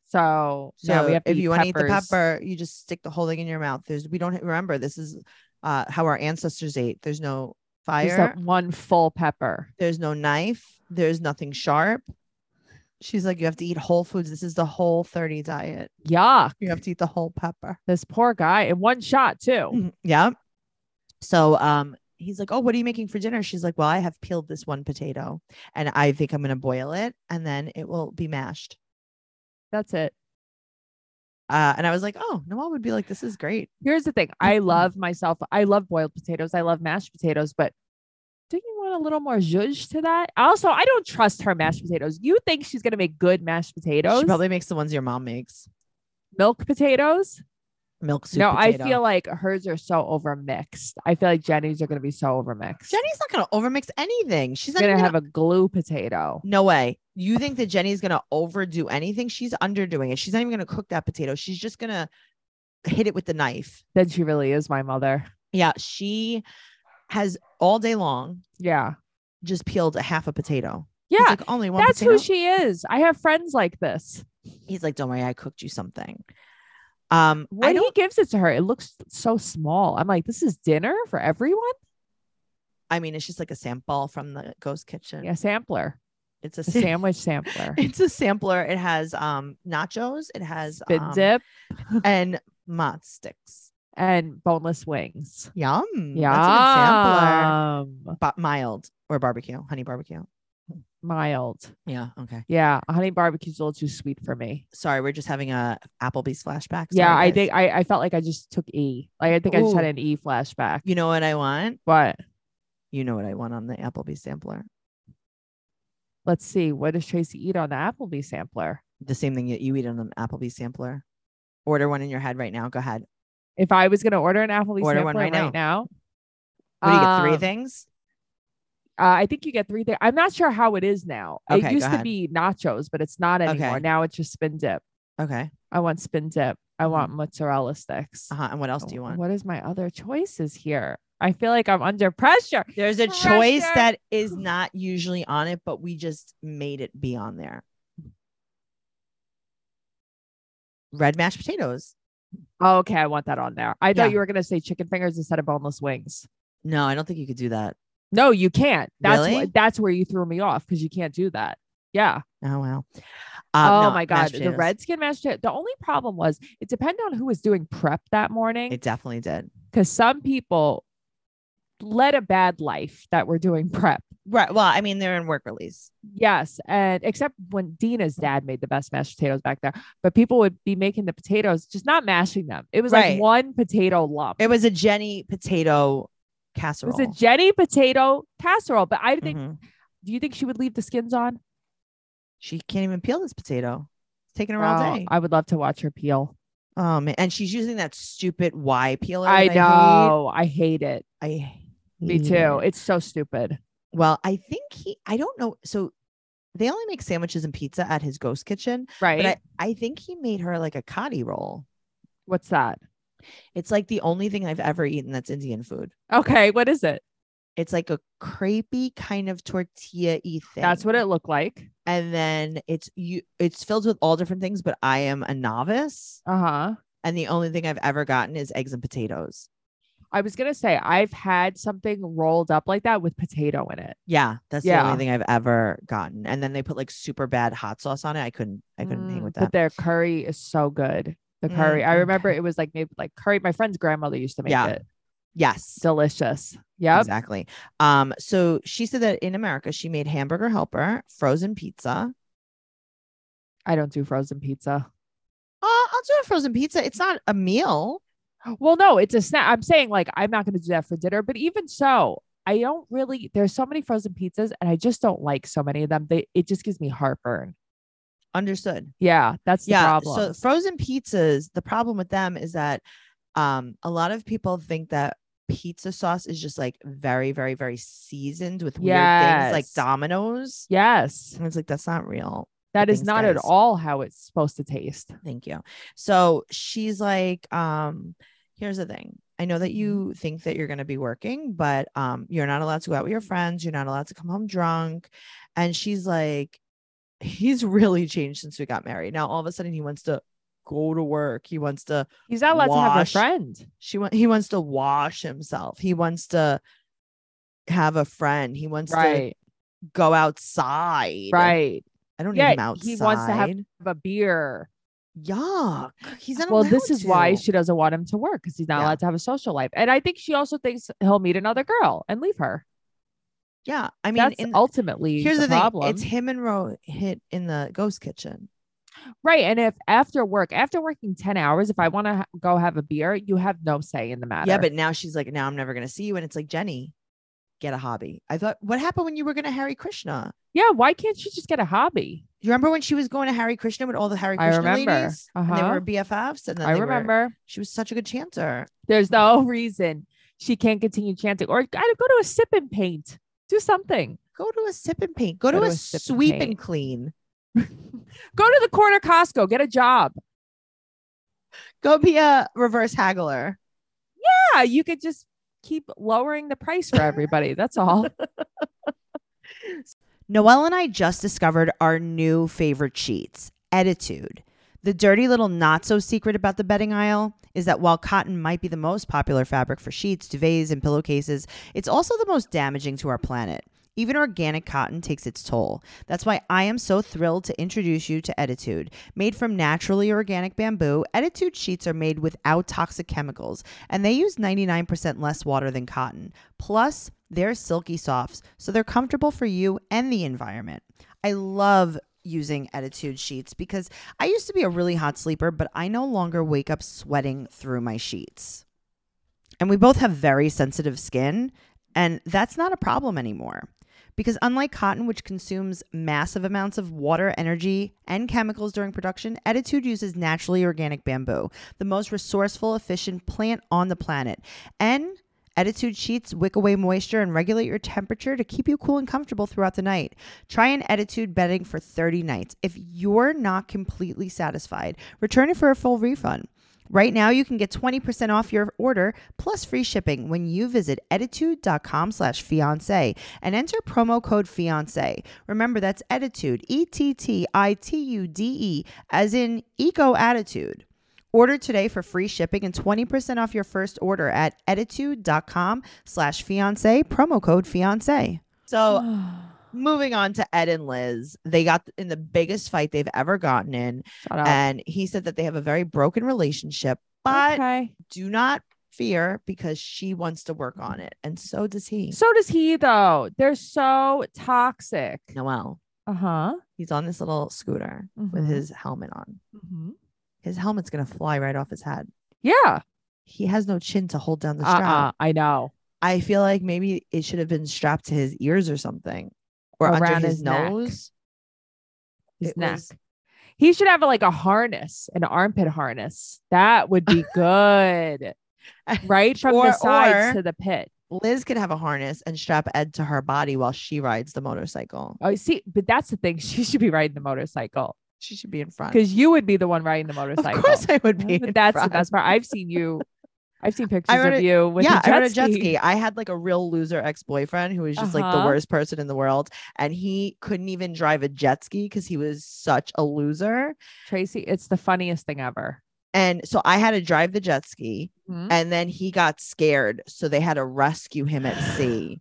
[SPEAKER 3] So,
[SPEAKER 2] so
[SPEAKER 3] now we have to
[SPEAKER 2] if
[SPEAKER 3] eat
[SPEAKER 2] you want to eat the
[SPEAKER 3] peppers.
[SPEAKER 2] pepper you just stick the whole thing in your mouth there's we don't ha- remember this is uh how our ancestors ate there's no
[SPEAKER 3] Just
[SPEAKER 2] fire
[SPEAKER 3] that one full pepper.
[SPEAKER 2] there's no knife there's nothing sharp she's like you have to eat whole foods this is the whole 30 diet
[SPEAKER 3] Yuck.
[SPEAKER 2] you have to eat the whole pepper
[SPEAKER 3] This poor guy in one shot, too.
[SPEAKER 2] Mhm. Yeah. So um he's like, Oh, what are you making for dinner? She's like, Well, I have peeled this one potato and I think I'm gonna boil it and then it will be mashed.
[SPEAKER 3] That's it.
[SPEAKER 2] Uh, and I was like, Oh, Noel would be like, This is great.
[SPEAKER 3] Here's the thing. I
[SPEAKER 2] Mm-hmm.
[SPEAKER 3] love myself. I love boiled potatoes. I love mashed potatoes, but do you want a little more zhuzh to that? Also, I don't trust her mashed potatoes. You think she's gonna make good mashed potatoes?
[SPEAKER 2] She probably makes the ones your mom makes.
[SPEAKER 3] Milk potatoes?
[SPEAKER 2] milk soup.
[SPEAKER 3] no,
[SPEAKER 2] potato.
[SPEAKER 3] I feel like hers are so overmixed. I feel like Jenny's are going to be so overmixed.
[SPEAKER 2] Jenny's not gonna overmix anything. She's not
[SPEAKER 3] going to
[SPEAKER 2] even
[SPEAKER 3] have a glue potato.
[SPEAKER 2] No way. You think that Jenny's going to overdo anything? She's underdoing it. She's not even going to cook that potato. She's just going to hit it with the knife.
[SPEAKER 3] Then she really is my mother.
[SPEAKER 2] Yeah. She has all day long
[SPEAKER 3] Yeah.
[SPEAKER 2] just peeled a half a potato.
[SPEAKER 3] Yeah.
[SPEAKER 2] He's like, only one
[SPEAKER 3] That's
[SPEAKER 2] potato.
[SPEAKER 3] who she is. I have friends like this.
[SPEAKER 2] He's like, don't worry, I cooked you something. Um, I
[SPEAKER 3] When
[SPEAKER 2] don't,
[SPEAKER 3] he gives it to her, it looks so small. I'm like, this is dinner for everyone?
[SPEAKER 2] I mean, it's just like a sample from the ghost kitchen.
[SPEAKER 3] Yeah, sampler.
[SPEAKER 2] It's a,
[SPEAKER 3] A
[SPEAKER 2] sam-
[SPEAKER 3] sandwich sampler.
[SPEAKER 2] It's a sampler. It has um nachos. It has
[SPEAKER 3] Spin
[SPEAKER 2] um,
[SPEAKER 3] dip
[SPEAKER 2] and mott sticks.
[SPEAKER 3] and boneless wings.
[SPEAKER 2] Yum.
[SPEAKER 3] Yeah.
[SPEAKER 2] Mm, That's a good sampler. ba- mild or barbecue, honey barbecue.
[SPEAKER 3] Mild.
[SPEAKER 2] Yeah. Okay.
[SPEAKER 3] Yeah. Honey barbecue's a little too sweet for me.
[SPEAKER 2] Sorry, we're just having a Applebee's flashback. Sorry,
[SPEAKER 3] yeah. I
[SPEAKER 2] guys.
[SPEAKER 3] think I, I felt like I just took E. Like I think I just had
[SPEAKER 2] Ooh.
[SPEAKER 3] an E flashback.
[SPEAKER 2] you know what I want.
[SPEAKER 3] But
[SPEAKER 2] You know what I want on the Applebee's sampler.
[SPEAKER 3] let's see. What does Tracy eat on the Applebee sampler?
[SPEAKER 2] The same thing that you eat on an Applebee's sampler. Order one in your head right now. Go ahead.
[SPEAKER 3] If I was gonna order an Applebee
[SPEAKER 2] Order
[SPEAKER 3] sampler
[SPEAKER 2] one
[SPEAKER 3] right,
[SPEAKER 2] right
[SPEAKER 3] now.
[SPEAKER 2] What do you get? Three
[SPEAKER 3] um,
[SPEAKER 2] things.
[SPEAKER 3] Uh, I think you get three things. I'm not sure how it is now.
[SPEAKER 2] Okay,
[SPEAKER 3] it
[SPEAKER 2] go
[SPEAKER 3] used to
[SPEAKER 2] ahead.
[SPEAKER 3] be nachos, but it's not anymore.
[SPEAKER 2] Okay.
[SPEAKER 3] Now it's just spin dip.
[SPEAKER 2] Okay.
[SPEAKER 3] I want spin dip. I want mozzarella sticks.
[SPEAKER 2] Mm-hmm. Uh huh. And what else do you
[SPEAKER 3] Oh,
[SPEAKER 2] want?
[SPEAKER 3] What is my other choices here? I feel like I'm under pressure.
[SPEAKER 2] There's a choice
[SPEAKER 3] Pressure.
[SPEAKER 2] that is not usually on it, but we just made it be on there. Red mashed potatoes.
[SPEAKER 3] Oh, okay, I want that on there. I thought
[SPEAKER 2] Yeah.
[SPEAKER 3] you were gonna say chicken fingers instead of boneless wings.
[SPEAKER 2] No, I don't think you could do that.
[SPEAKER 3] No, you can't. That's wh-
[SPEAKER 2] Really?
[SPEAKER 3] that's where you threw me off because you can't do that. Yeah.
[SPEAKER 2] Oh wow.
[SPEAKER 3] oh
[SPEAKER 2] Um, no,
[SPEAKER 3] my
[SPEAKER 2] mashed
[SPEAKER 3] god, the
[SPEAKER 2] potatoes.
[SPEAKER 3] red skin mashed potato. The only problem was it depended on who was doing prep that morning
[SPEAKER 2] It definitely did.
[SPEAKER 3] because some people led a bad life that were doing prep.
[SPEAKER 2] Right. Well, I mean, they're in work release.
[SPEAKER 3] Yes, and except when Dina's dad made the best mashed potatoes back there, but people would be making the potatoes, just not mashing them. It was like
[SPEAKER 2] Right.
[SPEAKER 3] one potato lump.
[SPEAKER 2] It was a Jenny potato
[SPEAKER 3] It
[SPEAKER 2] casserole.
[SPEAKER 3] was a Jenny potato casserole, but I think.
[SPEAKER 2] Mhm.
[SPEAKER 3] Do you think she would leave the skins on?
[SPEAKER 2] She can't even peel this potato. It's taking her
[SPEAKER 3] Wow,
[SPEAKER 2] all day.
[SPEAKER 3] Oh, I would love to watch her peel.
[SPEAKER 2] Oh man. And she's using that stupid Y peeler.
[SPEAKER 3] I
[SPEAKER 2] that I hate.
[SPEAKER 3] know. I hate it.
[SPEAKER 2] I hate.
[SPEAKER 3] Me too.
[SPEAKER 2] it.
[SPEAKER 3] It's so stupid.
[SPEAKER 2] Well, I think he. I don't know. So they only make sandwiches and pizza at his ghost kitchen,
[SPEAKER 3] Right.
[SPEAKER 2] but I, I think he made her like a cotti roll.
[SPEAKER 3] What's that?
[SPEAKER 2] It's like the only thing I've ever eaten that's Indian food.
[SPEAKER 3] Okay. What is it?
[SPEAKER 2] It's like a crepey kind of tortilla y thing.
[SPEAKER 3] That's what it looked like.
[SPEAKER 2] and then it's you it's filled with all different things but i am a novice
[SPEAKER 3] Uh huh.
[SPEAKER 2] and the only thing i've ever gotten is eggs and potatoes
[SPEAKER 3] I was gonna say I've had something rolled up like that with potato in it.
[SPEAKER 2] yeah that's the
[SPEAKER 3] Yeah.
[SPEAKER 2] only thing i've ever gotten and then they put like super bad hot sauce on it i couldn't i couldn't hang
[SPEAKER 3] Mm,
[SPEAKER 2] with
[SPEAKER 3] But
[SPEAKER 2] that
[SPEAKER 3] their curry is so good. The
[SPEAKER 2] Mm,
[SPEAKER 3] curry. I remember
[SPEAKER 2] okay.
[SPEAKER 3] it was like maybe like curry. My friend's grandmother used to make
[SPEAKER 2] Yeah.
[SPEAKER 3] it.
[SPEAKER 2] yes
[SPEAKER 3] Delicious. Yep.
[SPEAKER 2] exactly um so she said that in america she made hamburger helper frozen pizza
[SPEAKER 3] I don't do frozen pizza.
[SPEAKER 2] uh, i'll do a frozen pizza it's not a meal
[SPEAKER 3] Well, no, it's a snack. I'm saying like I'm not gonna do that for dinner. But even so, I don't really. There's so many frozen pizzas, and I just don't like so many of them. They it just gives me heartburn.
[SPEAKER 2] understood
[SPEAKER 3] Yeah, that's the
[SPEAKER 2] yeah
[SPEAKER 3] problem.
[SPEAKER 2] so frozen pizzas the problem with them is that um a lot of people think that pizza sauce is just like very very very seasoned with weird things like
[SPEAKER 3] Yes.
[SPEAKER 2] dominoes
[SPEAKER 3] yes,
[SPEAKER 2] and it's like that's not real
[SPEAKER 3] that is
[SPEAKER 2] things,
[SPEAKER 3] not at
[SPEAKER 2] Mm, guys.
[SPEAKER 3] all how it's supposed to taste.
[SPEAKER 2] thank you so she's like um here's the thing i know
[SPEAKER 3] Mm-hmm.
[SPEAKER 2] that you think that you're going to be working but um you're not allowed to go out with your friends you're not allowed to come home drunk and she's like he's really changed since we got married now all of a sudden he wants to go to work he wants to
[SPEAKER 3] He's not allowed to have a
[SPEAKER 2] Wash.
[SPEAKER 3] friend.
[SPEAKER 2] She wants he wants to wash himself. He wants to have a friend. He wants
[SPEAKER 3] Right.
[SPEAKER 2] to go outside.
[SPEAKER 3] Right.
[SPEAKER 2] I don't
[SPEAKER 3] Yeah,
[SPEAKER 2] need him outside.
[SPEAKER 3] he wants to have- Have a beer.
[SPEAKER 2] yuck. He's not
[SPEAKER 3] well this
[SPEAKER 2] allowed
[SPEAKER 3] is why
[SPEAKER 2] to.
[SPEAKER 3] she doesn't want him to work because he's not
[SPEAKER 2] Yeah.
[SPEAKER 3] allowed to have a social life and i think she also thinks he'll meet another girl and leave her
[SPEAKER 2] Yeah. I
[SPEAKER 3] i
[SPEAKER 2] mean
[SPEAKER 3] mean that's
[SPEAKER 2] in-
[SPEAKER 3] ultimately
[SPEAKER 2] here's the,
[SPEAKER 3] the,
[SPEAKER 2] thing.
[SPEAKER 3] problem
[SPEAKER 2] It's him and Ro hit in the ghost kitchen.
[SPEAKER 3] right and if after work after working 10 hours if i want to ha- go have a beer you have no say in the matter
[SPEAKER 2] Yeah, but now she's like, now I'm never gonna see you. And it's like, Jenny, get a hobby. I thought, what happened when you were gonna Harry Krishna?
[SPEAKER 3] yeah why can't she just get a hobby
[SPEAKER 2] You remember when she was going to Harry Krishna with all the Harry
[SPEAKER 3] I
[SPEAKER 2] Krishna
[SPEAKER 3] remember.
[SPEAKER 2] ladies? And they
[SPEAKER 3] Uh-huh.
[SPEAKER 2] were BFFs. And then
[SPEAKER 3] I
[SPEAKER 2] they were-
[SPEAKER 3] remember.
[SPEAKER 2] she was such a good chanter.
[SPEAKER 3] There's no reason she can't continue chanting or gotta go to a sip and paint. Do something.
[SPEAKER 2] Go to a sip and paint. Go, to, a,
[SPEAKER 3] sip and
[SPEAKER 2] sweep and,
[SPEAKER 3] paint.
[SPEAKER 2] clean.
[SPEAKER 3] Go to the corner Costco, get a job.
[SPEAKER 2] Go be a reverse haggler.
[SPEAKER 3] Yeah, you could just keep lowering the price for everybody. That's all.
[SPEAKER 2] Noelle and I just discovered our new favorite sheets, Attitude. The dirty little not so secret about the bedding aisle is that while cotton might be the most popular fabric for sheets, duvets, and pillowcases, it's also the most damaging to our planet. Even organic cotton takes its toll. That's why I am so thrilled to introduce you to Attitude. Made from naturally organic bamboo, Attitude sheets are made without toxic chemicals, and they use 99% less water than cotton. Plus, they're silky softs, so they're comfortable for you and the environment. I love using Attitude sheets because I used to be a really hot sleeper, but I no longer wake up sweating through my sheets. And we both have very sensitive skin, and that's not a problem anymore. Because unlike cotton, which consumes massive amounts of water, energy, and chemicals during production, Attitude uses naturally organic bamboo, the most resourceful, efficient plant on the planet. And Attitude sheets wick away moisture and regulate your temperature to keep you cool and comfortable throughout the night. Try an Attitude bedding for 30 nights. If you're not completely satisfied, return it for a full refund. Right now, you can get 20% off your order plus free shipping when you visit attitude.com slash fiance and enter promo code fiance. Remember, that's attitude, E T T I T U D E, as in eco attitude. Order today for free shipping and 20% off your first order at attitude.com slash fiance, promo code fiance. So
[SPEAKER 3] Shut
[SPEAKER 2] moving on to Ed and Liz, they got in the biggest fight they've ever gotten in.
[SPEAKER 3] up.
[SPEAKER 2] And he said that they have a very broken relationship, but
[SPEAKER 3] okay.
[SPEAKER 2] do not fear because she wants to work on it. And so does he.
[SPEAKER 3] So does he though. They're so toxic.
[SPEAKER 2] Noel,
[SPEAKER 3] Uh-huh.
[SPEAKER 2] he's on this little scooter with
[SPEAKER 3] Mhm.
[SPEAKER 2] his helmet on. His helmet's going to fly right off his head.
[SPEAKER 3] Yeah.
[SPEAKER 2] He has no chin to hold down the strap.
[SPEAKER 3] Uh-uh. I know.
[SPEAKER 2] I feel like maybe it should have been strapped to his ears or something or
[SPEAKER 3] Around
[SPEAKER 2] under his,
[SPEAKER 3] his neck.
[SPEAKER 2] nose.
[SPEAKER 3] His
[SPEAKER 2] It
[SPEAKER 3] neck.
[SPEAKER 2] was-
[SPEAKER 3] He should have like a harness, an armpit harness. That would be good. right from
[SPEAKER 2] Or-
[SPEAKER 3] the sides
[SPEAKER 2] or-
[SPEAKER 3] to the pit.
[SPEAKER 2] Liz could have a harness and strap Ed to her body while she rides the motorcycle.
[SPEAKER 3] Oh, see, but that's the thing. She should be riding the motorcycle
[SPEAKER 2] She should be in front.
[SPEAKER 3] because you would be the one riding the
[SPEAKER 2] Uh, Of
[SPEAKER 3] motorcycle.
[SPEAKER 2] course, I would be. in
[SPEAKER 3] But that's the
[SPEAKER 2] front.
[SPEAKER 3] best part. I've seen you. I've seen pictures
[SPEAKER 2] rode
[SPEAKER 3] of
[SPEAKER 2] a-
[SPEAKER 3] you with
[SPEAKER 2] yeah,
[SPEAKER 3] a jet
[SPEAKER 2] I rode a jet
[SPEAKER 3] ski.
[SPEAKER 2] ski. I had like a real loser ex boyfriend who was just like the
[SPEAKER 3] Uh-huh.
[SPEAKER 2] worst person in the world, and he couldn't even drive a jet ski because he was such a loser.
[SPEAKER 3] Tracy, it's the funniest thing ever.
[SPEAKER 2] And so I had to drive the jet ski,
[SPEAKER 3] Mhm.
[SPEAKER 2] and then he got scared, so they had to rescue him at sea.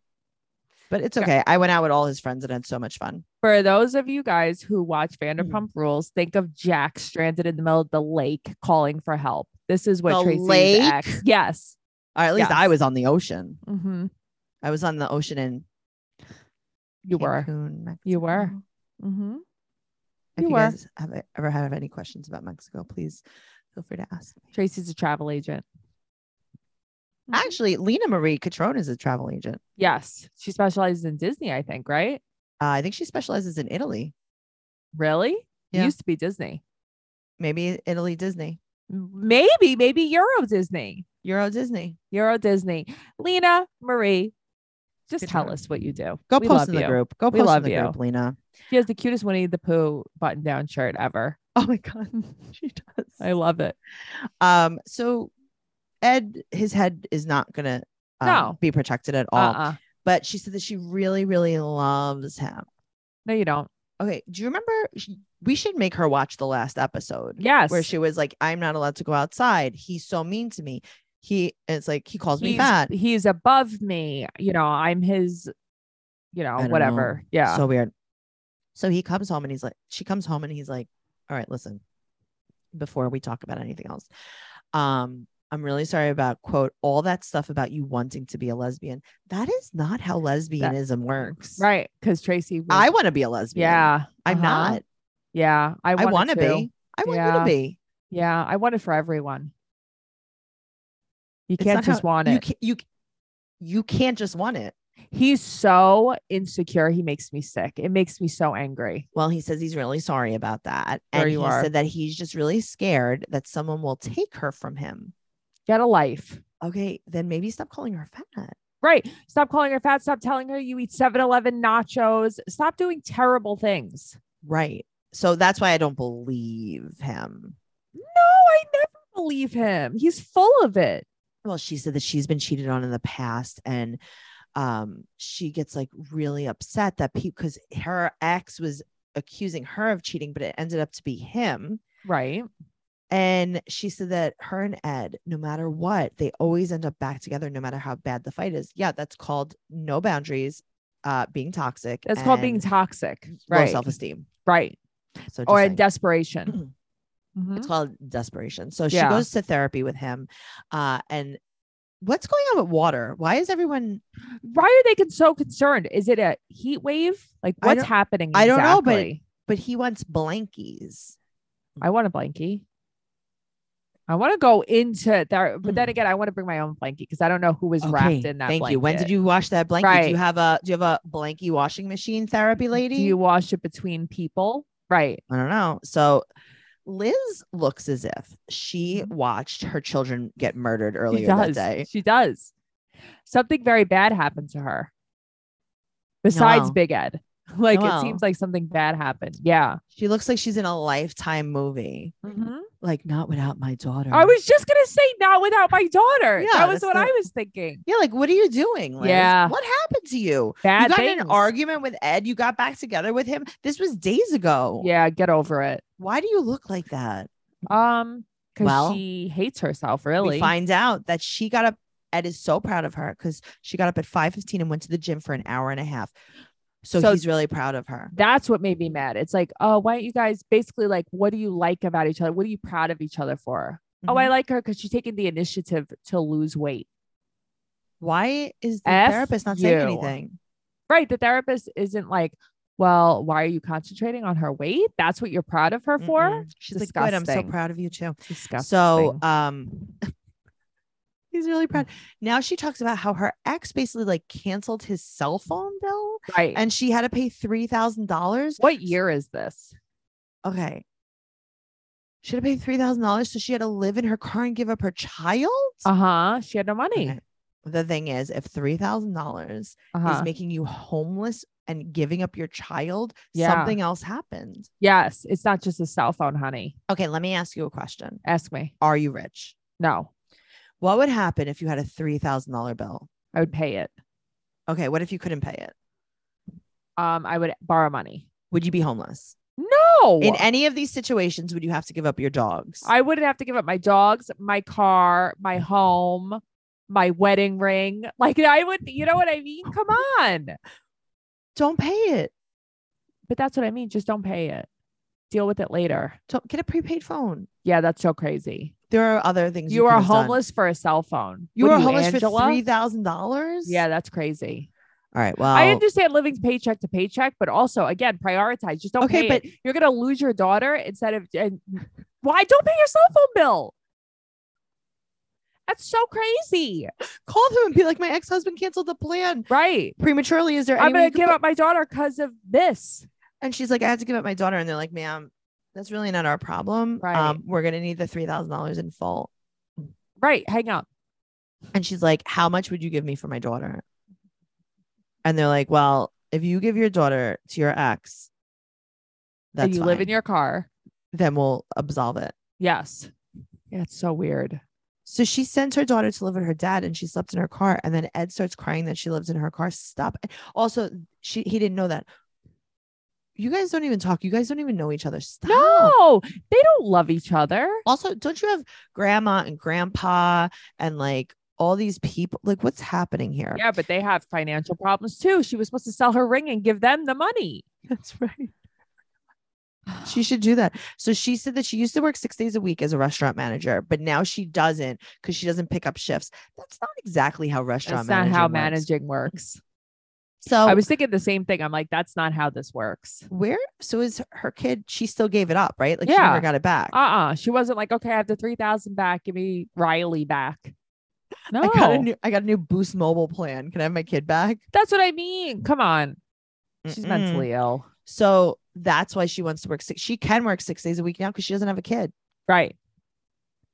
[SPEAKER 2] But it's
[SPEAKER 3] Yeah.
[SPEAKER 2] okay. I went out with all his friends and had so much fun.
[SPEAKER 3] For those of you guys who watch
[SPEAKER 2] Mm.
[SPEAKER 3] Vanderpump Rules, think of Jack stranded in the middle of the lake calling for help. This is what
[SPEAKER 2] The
[SPEAKER 3] Tracy's
[SPEAKER 2] lake?
[SPEAKER 3] ex. Yes.
[SPEAKER 2] Or at least
[SPEAKER 3] Yes.
[SPEAKER 2] I was on the ocean.
[SPEAKER 3] Mhm.
[SPEAKER 2] I was on the ocean in
[SPEAKER 3] You were.
[SPEAKER 2] Cancun, Mexico.
[SPEAKER 3] You were.
[SPEAKER 2] Mm-hmm.
[SPEAKER 3] hmm
[SPEAKER 2] If
[SPEAKER 3] You
[SPEAKER 2] you
[SPEAKER 3] were.
[SPEAKER 2] guys have e-, ever have any questions about Mexico, please feel free to ask me.
[SPEAKER 3] Tracy's a travel agent. Mhm.
[SPEAKER 2] Actually, Lena Marie Catrone is a travel agent.
[SPEAKER 3] Yes. She specializes in Disney, I think, right?
[SPEAKER 2] Uh, I think she specializes in Italy.
[SPEAKER 3] Really?
[SPEAKER 2] Yeah.
[SPEAKER 3] It used to be Disney.
[SPEAKER 2] Maybe Italy Disney,
[SPEAKER 3] Maybe, maybe Euro Disney.
[SPEAKER 2] Euro Disney.
[SPEAKER 3] Euro Disney. Lena Marie, just
[SPEAKER 2] Good
[SPEAKER 3] tell
[SPEAKER 2] job.
[SPEAKER 3] us what you do.
[SPEAKER 2] Go
[SPEAKER 3] We
[SPEAKER 2] post
[SPEAKER 3] love
[SPEAKER 2] in the
[SPEAKER 3] you.
[SPEAKER 2] group. Go post
[SPEAKER 3] We
[SPEAKER 2] in
[SPEAKER 3] love
[SPEAKER 2] the
[SPEAKER 3] you.
[SPEAKER 2] group, Lena.
[SPEAKER 3] She has the cutest Winnie the Pooh button down shirt ever.
[SPEAKER 2] Oh my god, she does.
[SPEAKER 3] I love it.
[SPEAKER 2] um, so Ed, his head is not gonna um,
[SPEAKER 3] No.
[SPEAKER 2] be protected at all.
[SPEAKER 3] Uh-uh.
[SPEAKER 2] But she said that she really, really loves him.
[SPEAKER 3] No, you don't.
[SPEAKER 2] Okay, do you remember? sh- We should make her watch the last episode.
[SPEAKER 3] Yes.
[SPEAKER 2] where she was like, I'm not allowed to go outside. He's so mean to me. He and it's like he calls me
[SPEAKER 3] he's,
[SPEAKER 2] fat.
[SPEAKER 3] he's above me. You know, I'm his, you know,
[SPEAKER 2] don't know.
[SPEAKER 3] whatever. Yeah.
[SPEAKER 2] So weird. So he comes home and he's like, she comes home and he's like, All right, listen, before we talk about anything else. Um, I'm really sorry about quote all that stuff about you wanting to be a lesbian. That is not how lesbianism works.
[SPEAKER 3] right. Because Tracy was-
[SPEAKER 2] I want to be a lesbian.
[SPEAKER 3] yeah.
[SPEAKER 2] I'm
[SPEAKER 3] uh-huh.
[SPEAKER 2] not.
[SPEAKER 3] Yeah. I,
[SPEAKER 2] I want
[SPEAKER 3] wanted
[SPEAKER 2] to be. I want you to
[SPEAKER 3] Yeah.
[SPEAKER 2] be.
[SPEAKER 3] Yeah, I want it for everyone. You
[SPEAKER 2] It's
[SPEAKER 3] can't
[SPEAKER 2] not
[SPEAKER 3] just
[SPEAKER 2] how-
[SPEAKER 3] want
[SPEAKER 2] You
[SPEAKER 3] it.
[SPEAKER 2] can't, you you can't just want it.
[SPEAKER 3] He's so insecure. He makes me sick. It makes me so angry.
[SPEAKER 2] Well, he says he's really sorry about that.
[SPEAKER 3] Sure
[SPEAKER 2] and
[SPEAKER 3] you
[SPEAKER 2] he
[SPEAKER 3] are.
[SPEAKER 2] said that he's just really scared that someone will take her from him.
[SPEAKER 3] Get a life.
[SPEAKER 2] Okay, then maybe stop calling her fat.
[SPEAKER 3] Right. Stop calling her fat. Stop telling her you eat 7 Eleven nachos. Stop doing terrible things.
[SPEAKER 2] Right. So that's why I don't believe him.
[SPEAKER 3] No, I never believe him. He's full of it.
[SPEAKER 2] Well, she said that she's been cheated on in the past and um she gets like really upset that people because her ex was accusing her of cheating, but it ended up to be him.
[SPEAKER 3] Right.
[SPEAKER 2] And she said that her and Ed, no matter what, they always end up back together, no matter how bad the fight is. Yeah, that's called no boundaries, uh, being toxic.
[SPEAKER 3] That's called being
[SPEAKER 2] and
[SPEAKER 3] toxic.
[SPEAKER 2] low
[SPEAKER 3] Right.
[SPEAKER 2] self esteem.
[SPEAKER 3] right.
[SPEAKER 2] So just
[SPEAKER 3] Or
[SPEAKER 2] saying.
[SPEAKER 3] in desperation. Mhm.
[SPEAKER 2] it's called desperation. So she
[SPEAKER 3] Yeah.
[SPEAKER 2] goes to therapy with him. Uh, and what's going on with water? Why is everyone?
[SPEAKER 3] Why are they con- so concerned? Is it a heat wave? Like
[SPEAKER 2] I
[SPEAKER 3] what's
[SPEAKER 2] don't-
[SPEAKER 3] happening?
[SPEAKER 2] I don't know, but-
[SPEAKER 3] exactly?
[SPEAKER 2] But he wants blankies.
[SPEAKER 3] I want a blankie. I want to go into that, but then again, I want to bring my own blankie because I don't know who was wrapped in that.
[SPEAKER 2] Thank you. When did
[SPEAKER 3] blanket.
[SPEAKER 2] you wash that blanket? Do
[SPEAKER 3] Right.
[SPEAKER 2] you have a Do you have a blankie washing machine therapy lady?
[SPEAKER 3] Do you wash it between people? Right.
[SPEAKER 2] I don't know. So Liz looks as if she
[SPEAKER 3] Mhm.
[SPEAKER 2] watched her children get murdered
[SPEAKER 3] she
[SPEAKER 2] earlier that
[SPEAKER 3] does.
[SPEAKER 2] day.
[SPEAKER 3] She does. Something very bad happened to her. Besides
[SPEAKER 2] Noelle.
[SPEAKER 3] Big Ed. Like
[SPEAKER 2] Noelle.
[SPEAKER 3] it seems like something bad happened. Yeah.
[SPEAKER 2] She looks like she's in a lifetime movie. Like not without my daughter.
[SPEAKER 3] I was just gonna say not without my daughter.
[SPEAKER 2] Yeah,
[SPEAKER 3] that was
[SPEAKER 2] that's
[SPEAKER 3] what
[SPEAKER 2] the-
[SPEAKER 3] I was thinking.
[SPEAKER 2] Yeah, like what are you doing? Liz?
[SPEAKER 3] Yeah.
[SPEAKER 2] What happened to you?
[SPEAKER 3] Bad
[SPEAKER 2] you got in
[SPEAKER 3] things.
[SPEAKER 2] an argument with Ed. You got back together with him. This was days ago.
[SPEAKER 3] Yeah, get over it.
[SPEAKER 2] Why do you look like that?
[SPEAKER 3] Um, because
[SPEAKER 2] Well,
[SPEAKER 3] she hates herself really.
[SPEAKER 2] We find out that she got up. Ed is so proud of her because she got up at five fifteen and went to the gym for an hour and a half. So,
[SPEAKER 3] So-
[SPEAKER 2] he's really proud of her.
[SPEAKER 3] that's what made me mad. It's like, oh, why don't you guys basically like, what do you like about each other? What are you proud of each other for? Oh, I
[SPEAKER 2] Mhm.
[SPEAKER 3] like her because she's taking the initiative to lose weight.
[SPEAKER 2] Mm-hmm. Why is the
[SPEAKER 3] F
[SPEAKER 2] therapist not
[SPEAKER 3] you.
[SPEAKER 2] saying anything?
[SPEAKER 3] Right. The therapist isn't like, well, why are you concentrating on her weight? That's what you're proud of her for?
[SPEAKER 2] Mm-mm. she's like, good. I'm so
[SPEAKER 3] disgusting.
[SPEAKER 2] proud of you too.
[SPEAKER 3] Disgusting.
[SPEAKER 2] So, um, he's really proud. Now she talks about how her ex basically like canceled his cell phone bill
[SPEAKER 3] right. And
[SPEAKER 2] and she had to pay three thousand dollars
[SPEAKER 3] what year is this?
[SPEAKER 2] Okay. She had to pay three thousand dollars, so she had to live in her car and give up her child.
[SPEAKER 3] Uh huh. She had no money.
[SPEAKER 2] Okay. The thing is, if three thousand dollars
[SPEAKER 3] Uh-huh.
[SPEAKER 2] is making you homeless and giving up your child,
[SPEAKER 3] Yeah.
[SPEAKER 2] something else happened.
[SPEAKER 3] yes. It's not just a cell phone, honey.
[SPEAKER 2] Okay, let me ask you a question:
[SPEAKER 3] Ask me.
[SPEAKER 2] Are you rich?
[SPEAKER 3] No,
[SPEAKER 2] What would happen if you had a three thousand dollar bill?
[SPEAKER 3] I would pay it.
[SPEAKER 2] Okay, what if you couldn't pay it?
[SPEAKER 3] Um, I would borrow money.
[SPEAKER 2] Would you be homeless?
[SPEAKER 3] No.
[SPEAKER 2] In any of these situations, would you have to give up your dogs?
[SPEAKER 3] I wouldn't have to give up my dogs, my car, my home, my wedding ring. Like I would, you know what I mean? Come on.
[SPEAKER 2] Don't pay it.
[SPEAKER 3] But that's what I mean. Just don't pay it. Deal with it later.
[SPEAKER 2] Don't get a prepaid phone.
[SPEAKER 3] Yeah, that's so crazy.
[SPEAKER 2] There are other things.
[SPEAKER 3] You,
[SPEAKER 2] could
[SPEAKER 3] are
[SPEAKER 2] have done.
[SPEAKER 3] homeless for a cell phone.
[SPEAKER 2] You
[SPEAKER 3] What
[SPEAKER 2] were
[SPEAKER 3] are
[SPEAKER 2] homeless
[SPEAKER 3] Angela?
[SPEAKER 2] for three thousand dollars.
[SPEAKER 3] Yeah, that's crazy.
[SPEAKER 2] All right. Well,
[SPEAKER 3] I understand living paycheck to paycheck, but also again, prioritize. Just don't
[SPEAKER 2] Okay,
[SPEAKER 3] pay
[SPEAKER 2] but-
[SPEAKER 3] it. You're gonna lose your daughter instead of and why don't pay your cell phone bill? That's so crazy.
[SPEAKER 2] call them and be like, my ex husband canceled the plan
[SPEAKER 3] Right.
[SPEAKER 2] prematurely. Is there?
[SPEAKER 3] I'm
[SPEAKER 2] any way
[SPEAKER 3] gonna
[SPEAKER 2] you could
[SPEAKER 3] give
[SPEAKER 2] put-"
[SPEAKER 3] up my daughter because of this.
[SPEAKER 2] And she's like, I had to give up my daughter. And they're like, ma'am, that's really not our problem. Um,
[SPEAKER 3] Right.
[SPEAKER 2] we're gonna need the three thousand dollars in full.
[SPEAKER 3] Right, hang up.
[SPEAKER 2] And she's like, how much would you give me for my daughter? And they're like, well, if you give your daughter to your ex, that's
[SPEAKER 3] and you live in
[SPEAKER 2] fine.
[SPEAKER 3] your car.
[SPEAKER 2] then we'll absolve it.
[SPEAKER 3] Yes. Yeah, it's so weird.
[SPEAKER 2] So she sent her daughter to live with her dad and she slept in her car. And then Ed starts crying that she lives in her car. Stop. it. Also, she he didn't know that. You guys don't even talk. You guys don't even know each other. Stop.
[SPEAKER 3] No, they don't love each other.
[SPEAKER 2] Also, don't you have grandma and grandpa and like all these people? Like, what's happening here?
[SPEAKER 3] Yeah, but they have financial problems too. She was supposed to sell her ring and give them the money.
[SPEAKER 2] That's right. She should do that. So she said that she used to work six days a week as a restaurant manager, but now she doesn't because she doesn't pick up shifts. That's not exactly how restaurant
[SPEAKER 3] That's not how
[SPEAKER 2] managing works.
[SPEAKER 3] managing works.
[SPEAKER 2] So
[SPEAKER 3] I was thinking the same thing. I'm like, that's not how this works.
[SPEAKER 2] where so is her kid she still gave it up right like she
[SPEAKER 3] Yeah. Oh, Uh-uh.
[SPEAKER 2] never got it back
[SPEAKER 3] Uh uh She wasn't like, okay, I have the 3,000 back. Give me Riley back. No,
[SPEAKER 2] I got a new I got a new Boost Mobile plan. Can I have my kid back?
[SPEAKER 3] that's what I mean. Come on, she's
[SPEAKER 2] Mm-mm.
[SPEAKER 3] mentally ill,
[SPEAKER 2] So that's why she wants to work six. She can work six days a week now because she doesn't have a kid.
[SPEAKER 3] right?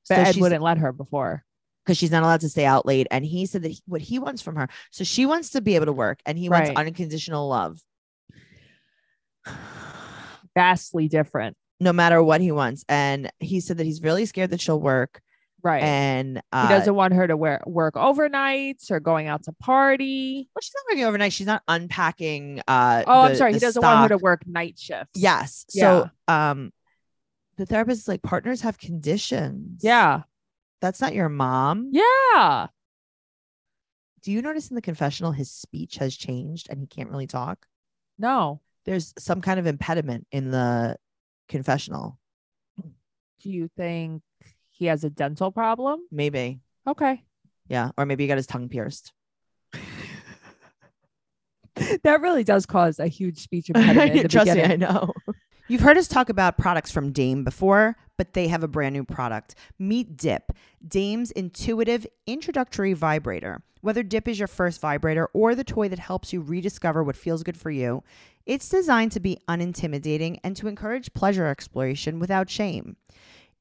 [SPEAKER 3] But
[SPEAKER 2] so
[SPEAKER 3] Ed
[SPEAKER 2] she's-
[SPEAKER 3] wouldn't let her before.
[SPEAKER 2] because she's not allowed to stay out late. And he said that he- what he wants from her. So she wants to be able to work and he
[SPEAKER 3] Right.
[SPEAKER 2] wants unconditional love
[SPEAKER 3] Vastly different,
[SPEAKER 2] no matter what he wants. And he said that he's really scared that she'll work.
[SPEAKER 3] right?
[SPEAKER 2] And uh,
[SPEAKER 3] he doesn't want her to wear, work overnights or going out to party.
[SPEAKER 2] well, she's not working overnight. She's not unpacking. Uh,
[SPEAKER 3] Oh, I'm
[SPEAKER 2] the-
[SPEAKER 3] sorry. He
[SPEAKER 2] the
[SPEAKER 3] doesn't want her to
[SPEAKER 2] stock.
[SPEAKER 3] work night shifts.
[SPEAKER 2] Yes. So um, the therapist is like, partners have conditions.
[SPEAKER 3] Yeah.
[SPEAKER 2] That's not your mom.
[SPEAKER 3] Yeah.
[SPEAKER 2] Do you notice in the confessional his speech has changed and he can't really talk?
[SPEAKER 3] No.
[SPEAKER 2] There's some kind of impediment in the confessional.
[SPEAKER 3] Do you think he has a dental problem?
[SPEAKER 2] Maybe.
[SPEAKER 3] Okay.
[SPEAKER 2] Yeah, or maybe he got his tongue pierced.
[SPEAKER 3] That really does cause a huge speech impediment. in the
[SPEAKER 2] Trust
[SPEAKER 3] beginning.
[SPEAKER 2] me, I know. You've heard us talk about products from Dame before, but they have a brand new product. Meet Dip, Dame's intuitive introductory vibrator. Whether Dip is your first vibrator or the toy that helps you rediscover what feels good for you, it's designed to be unintimidating and to encourage pleasure exploration without shame.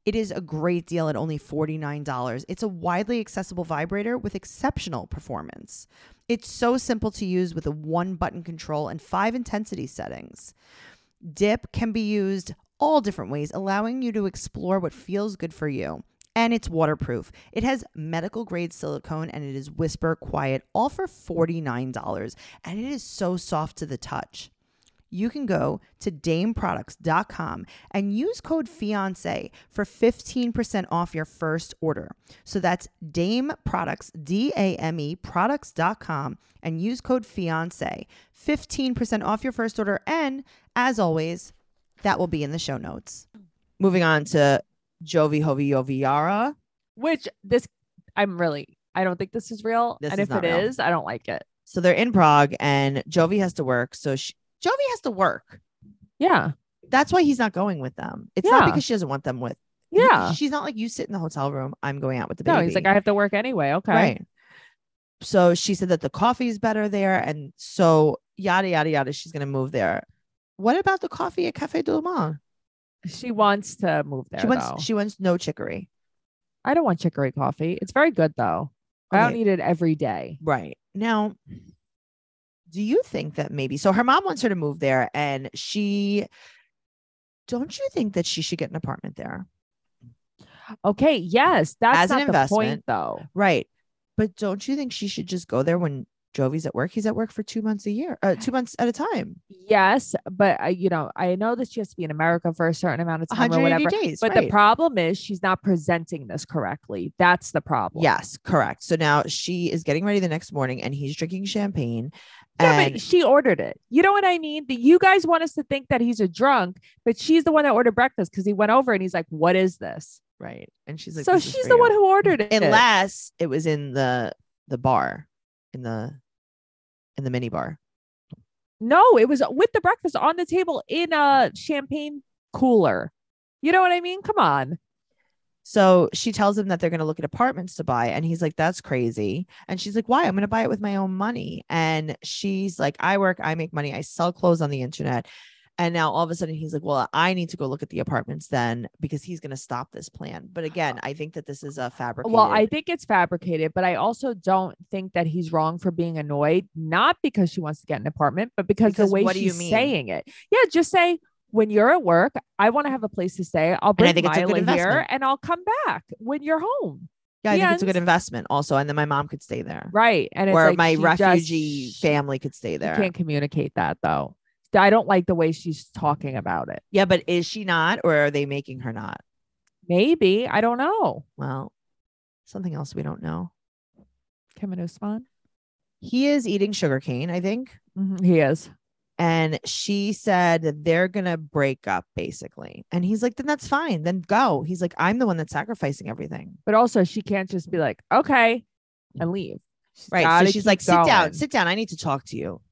[SPEAKER 2] It is a great deal at only $49. It's a widely accessible vibrator with exceptional performance. It's so simple to use with a one button control and five intensity settings. Dip can be used all different ways, allowing you to explore what feels good for you. And it's waterproof. It has medical grade silicone and it is whisper quiet, all for $49. And it is so soft to the touch. You can go to dameproducts.com and use code FIANCE for 15% off your first order. So that's Dame Products, D A M E products.com, and use code FIANCE. 15% off your first order. And as always, that will be in the show notes. Moving on to Jovi Hoviyoviara.
[SPEAKER 3] Which this, I'm really, I don't think this is real.
[SPEAKER 2] This
[SPEAKER 3] and
[SPEAKER 2] is
[SPEAKER 3] if
[SPEAKER 2] not
[SPEAKER 3] it is,
[SPEAKER 2] real.
[SPEAKER 3] I don't like it.
[SPEAKER 2] So they're in Prague and Jovi has to work. So she, Jovi has to work.
[SPEAKER 3] Yeah.
[SPEAKER 2] That's why he's not going with them. It's
[SPEAKER 3] Yeah.
[SPEAKER 2] not because she doesn't want them with. he-
[SPEAKER 3] Yeah.
[SPEAKER 2] She's not like you sit in the hotel room. I'm going out with the baby.
[SPEAKER 3] No, he's like, I have to work anyway. Okay.
[SPEAKER 2] Right. So she said that the coffee's better there. And so yada, yada, yada. She's going to move there. What about the coffee at Cafe du Monde?
[SPEAKER 3] She wants to move there.
[SPEAKER 2] She wants,
[SPEAKER 3] though.
[SPEAKER 2] she wants no chicory.
[SPEAKER 3] I don't want chicory coffee. It's very good though. I don't
[SPEAKER 2] Okay.
[SPEAKER 3] need it every day.
[SPEAKER 2] Right. Now, do you think that maybe so her mom wants her to move there and she don't you think that she should get an apartment there?
[SPEAKER 3] Okay. Yes. That's
[SPEAKER 2] As an
[SPEAKER 3] not the point
[SPEAKER 2] investment.
[SPEAKER 3] though.
[SPEAKER 2] Right. But don't you think she should just go there when Jovi's at work? He's at work for 2 months a year, uh, 2 months at a time.
[SPEAKER 3] Yes. But I, you know, I know that she has to be in America for a certain amount of time or
[SPEAKER 2] 180
[SPEAKER 3] whatever.
[SPEAKER 2] days.
[SPEAKER 3] But the
[SPEAKER 2] right.
[SPEAKER 3] problem is she's not presenting this correctly. That's the problem.
[SPEAKER 2] Yes, correct. So now she is getting ready the next morning and he's drinking champagne.
[SPEAKER 3] Yeah,
[SPEAKER 2] and
[SPEAKER 3] but she ordered it. You know what I mean? That you guys want us to think that he's a drunk, but she's the one that ordered breakfast because he went over and he's like, "What is this?"
[SPEAKER 2] right. And she's like,
[SPEAKER 3] so
[SPEAKER 2] "This is
[SPEAKER 3] she's
[SPEAKER 2] for
[SPEAKER 3] the
[SPEAKER 2] you."
[SPEAKER 3] one who ordered it.
[SPEAKER 2] unless it was in the the bar in the in the mini bar
[SPEAKER 3] No, it was with the breakfast on the table in a champagne cooler. You know what I mean? Come on.
[SPEAKER 2] so she tells him that they're going to look at apartments to buy and he's like that's crazy and she's like why i'm going to buy it with my own money and she's like i work i make money i sell clothes on the internet and now all of a sudden he's like well i need to go look at the apartments then because he's going to stop this plan but again i think that this is a fabricated
[SPEAKER 3] Well, I think it's fabricated, but I also don't think that he's wrong for being annoyed, not because she wants to get an apartment, but because,
[SPEAKER 2] Because
[SPEAKER 3] the way
[SPEAKER 2] what do you
[SPEAKER 3] she's
[SPEAKER 2] mean?
[SPEAKER 3] saying it. Yeah, just say when you're at work, I want to have a place to stay. I'll bring
[SPEAKER 2] think it's a good
[SPEAKER 3] Mila here
[SPEAKER 2] investment.
[SPEAKER 3] and I'll come back when you're home.
[SPEAKER 2] yeah i think it's a
[SPEAKER 3] and-
[SPEAKER 2] good investment also and then my mom could stay there
[SPEAKER 3] Right. And it's
[SPEAKER 2] or
[SPEAKER 3] like
[SPEAKER 2] my
[SPEAKER 3] she just-
[SPEAKER 2] refugee
[SPEAKER 3] she-
[SPEAKER 2] family could stay
[SPEAKER 3] you
[SPEAKER 2] there
[SPEAKER 3] can't communicate that though. I don't like the way she's talking about it.
[SPEAKER 2] Yeah, but is she not, or are they making her not?
[SPEAKER 3] Maybe. I don't know.
[SPEAKER 2] Well, something else we don't know.
[SPEAKER 3] Kim and Usman.
[SPEAKER 2] He is eating sugarcane, I think.
[SPEAKER 3] Mhm, He is.
[SPEAKER 2] And she said that they're going to break up, basically. And he's like, then that's fine. Then go. He's like, I'm the one that's sacrificing everything.
[SPEAKER 3] But also, she can't just be like, okay, and leave. She's
[SPEAKER 2] Right.
[SPEAKER 3] gotta
[SPEAKER 2] So she's
[SPEAKER 3] keep
[SPEAKER 2] like, sit
[SPEAKER 3] going.
[SPEAKER 2] down, sit down. I need to talk to you.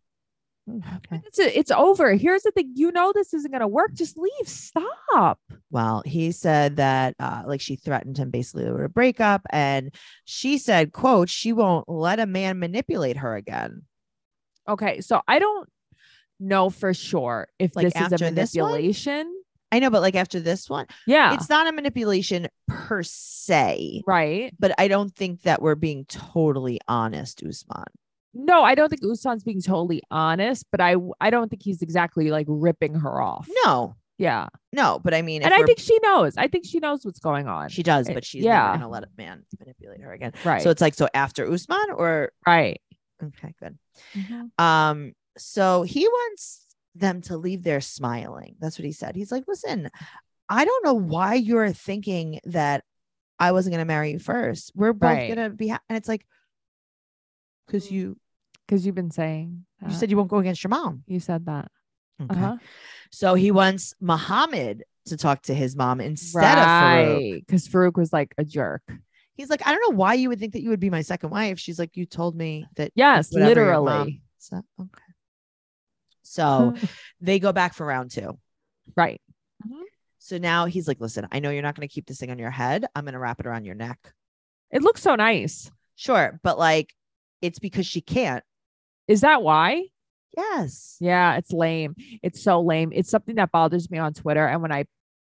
[SPEAKER 2] Mm, Okay.
[SPEAKER 3] It's, it's over. Here's the thing. You know this isn't gonna work. Just leave. Stop.
[SPEAKER 2] Well, he said that uh, like she threatened him basically with a breakup, and she said, "quote She won't let a man manipulate her again."
[SPEAKER 3] Okay. So I don't know for sure if
[SPEAKER 2] Like,
[SPEAKER 3] this is a
[SPEAKER 2] after this one?
[SPEAKER 3] manipulation.
[SPEAKER 2] I know, but like after this one,
[SPEAKER 3] yeah.
[SPEAKER 2] it's not a manipulation per se,
[SPEAKER 3] right.
[SPEAKER 2] but I don't think that we're being totally honest, Usman.
[SPEAKER 3] No, I don't think Usan's being totally honest, but I I don't think he's exactly like ripping her off.
[SPEAKER 2] No,
[SPEAKER 3] Yeah.
[SPEAKER 2] no, but I mean, if
[SPEAKER 3] and I
[SPEAKER 2] we're-
[SPEAKER 3] think she knows. I think she knows what's going on.
[SPEAKER 2] she does,
[SPEAKER 3] I-
[SPEAKER 2] but she's
[SPEAKER 3] yeah.
[SPEAKER 2] never gonna let a man manipulate her again.
[SPEAKER 3] right.
[SPEAKER 2] So it's like so after Usman or
[SPEAKER 3] right.
[SPEAKER 2] okay, good. Um, so he wants them to leave there smiling. That's what he said. He's like, listen, I don't know why you're thinking that I wasn't gonna marry you first. We're both
[SPEAKER 3] Right.
[SPEAKER 2] gonna be, ha-. and it's like, because you
[SPEAKER 3] Because you've been saying
[SPEAKER 2] you
[SPEAKER 3] that.
[SPEAKER 2] said you won't go against your mom.
[SPEAKER 3] you said that.
[SPEAKER 2] Okay.
[SPEAKER 3] Uh-huh.
[SPEAKER 2] So he wants Muhammad to talk to his mom instead of Farouk.
[SPEAKER 3] Because Farouk was like a jerk.
[SPEAKER 2] He's like, I don't know why you would think that you would be my second wife. She's like, you told me that.
[SPEAKER 3] Yes,
[SPEAKER 2] whatever your mom
[SPEAKER 3] literally.
[SPEAKER 2] So okay. So they go back for round two.
[SPEAKER 3] right.
[SPEAKER 2] So now he's like, listen, I know you're not going to keep this thing on your head. I'm going to wrap it around your neck.
[SPEAKER 3] It looks so nice.
[SPEAKER 2] Sure. But like, it's because she can't.
[SPEAKER 3] Is that why?
[SPEAKER 2] Yes.
[SPEAKER 3] Yeah, it's lame. It's so lame. It's something that bothers me on Twitter. And when I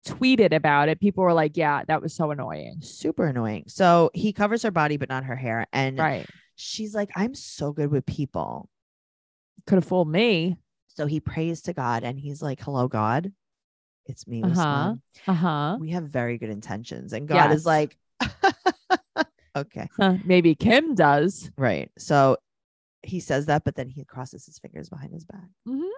[SPEAKER 3] tweeted about it, people were like, yeah, that was so annoying.
[SPEAKER 2] Super annoying. So he covers her body, but not her hair. And
[SPEAKER 3] Right.
[SPEAKER 2] she's like, I'm so good with people.
[SPEAKER 3] Could have fooled me.
[SPEAKER 2] So he prays to God and he's like, hello, God. It's me.
[SPEAKER 3] Uh-huh.
[SPEAKER 2] Usman.
[SPEAKER 3] Uh huh.
[SPEAKER 2] We have very good intentions. And God
[SPEAKER 3] Yes.
[SPEAKER 2] is like, okay.
[SPEAKER 3] Maybe Kim does.
[SPEAKER 2] Right. So he says that, but then he crosses his fingers behind his back.
[SPEAKER 3] Mhm.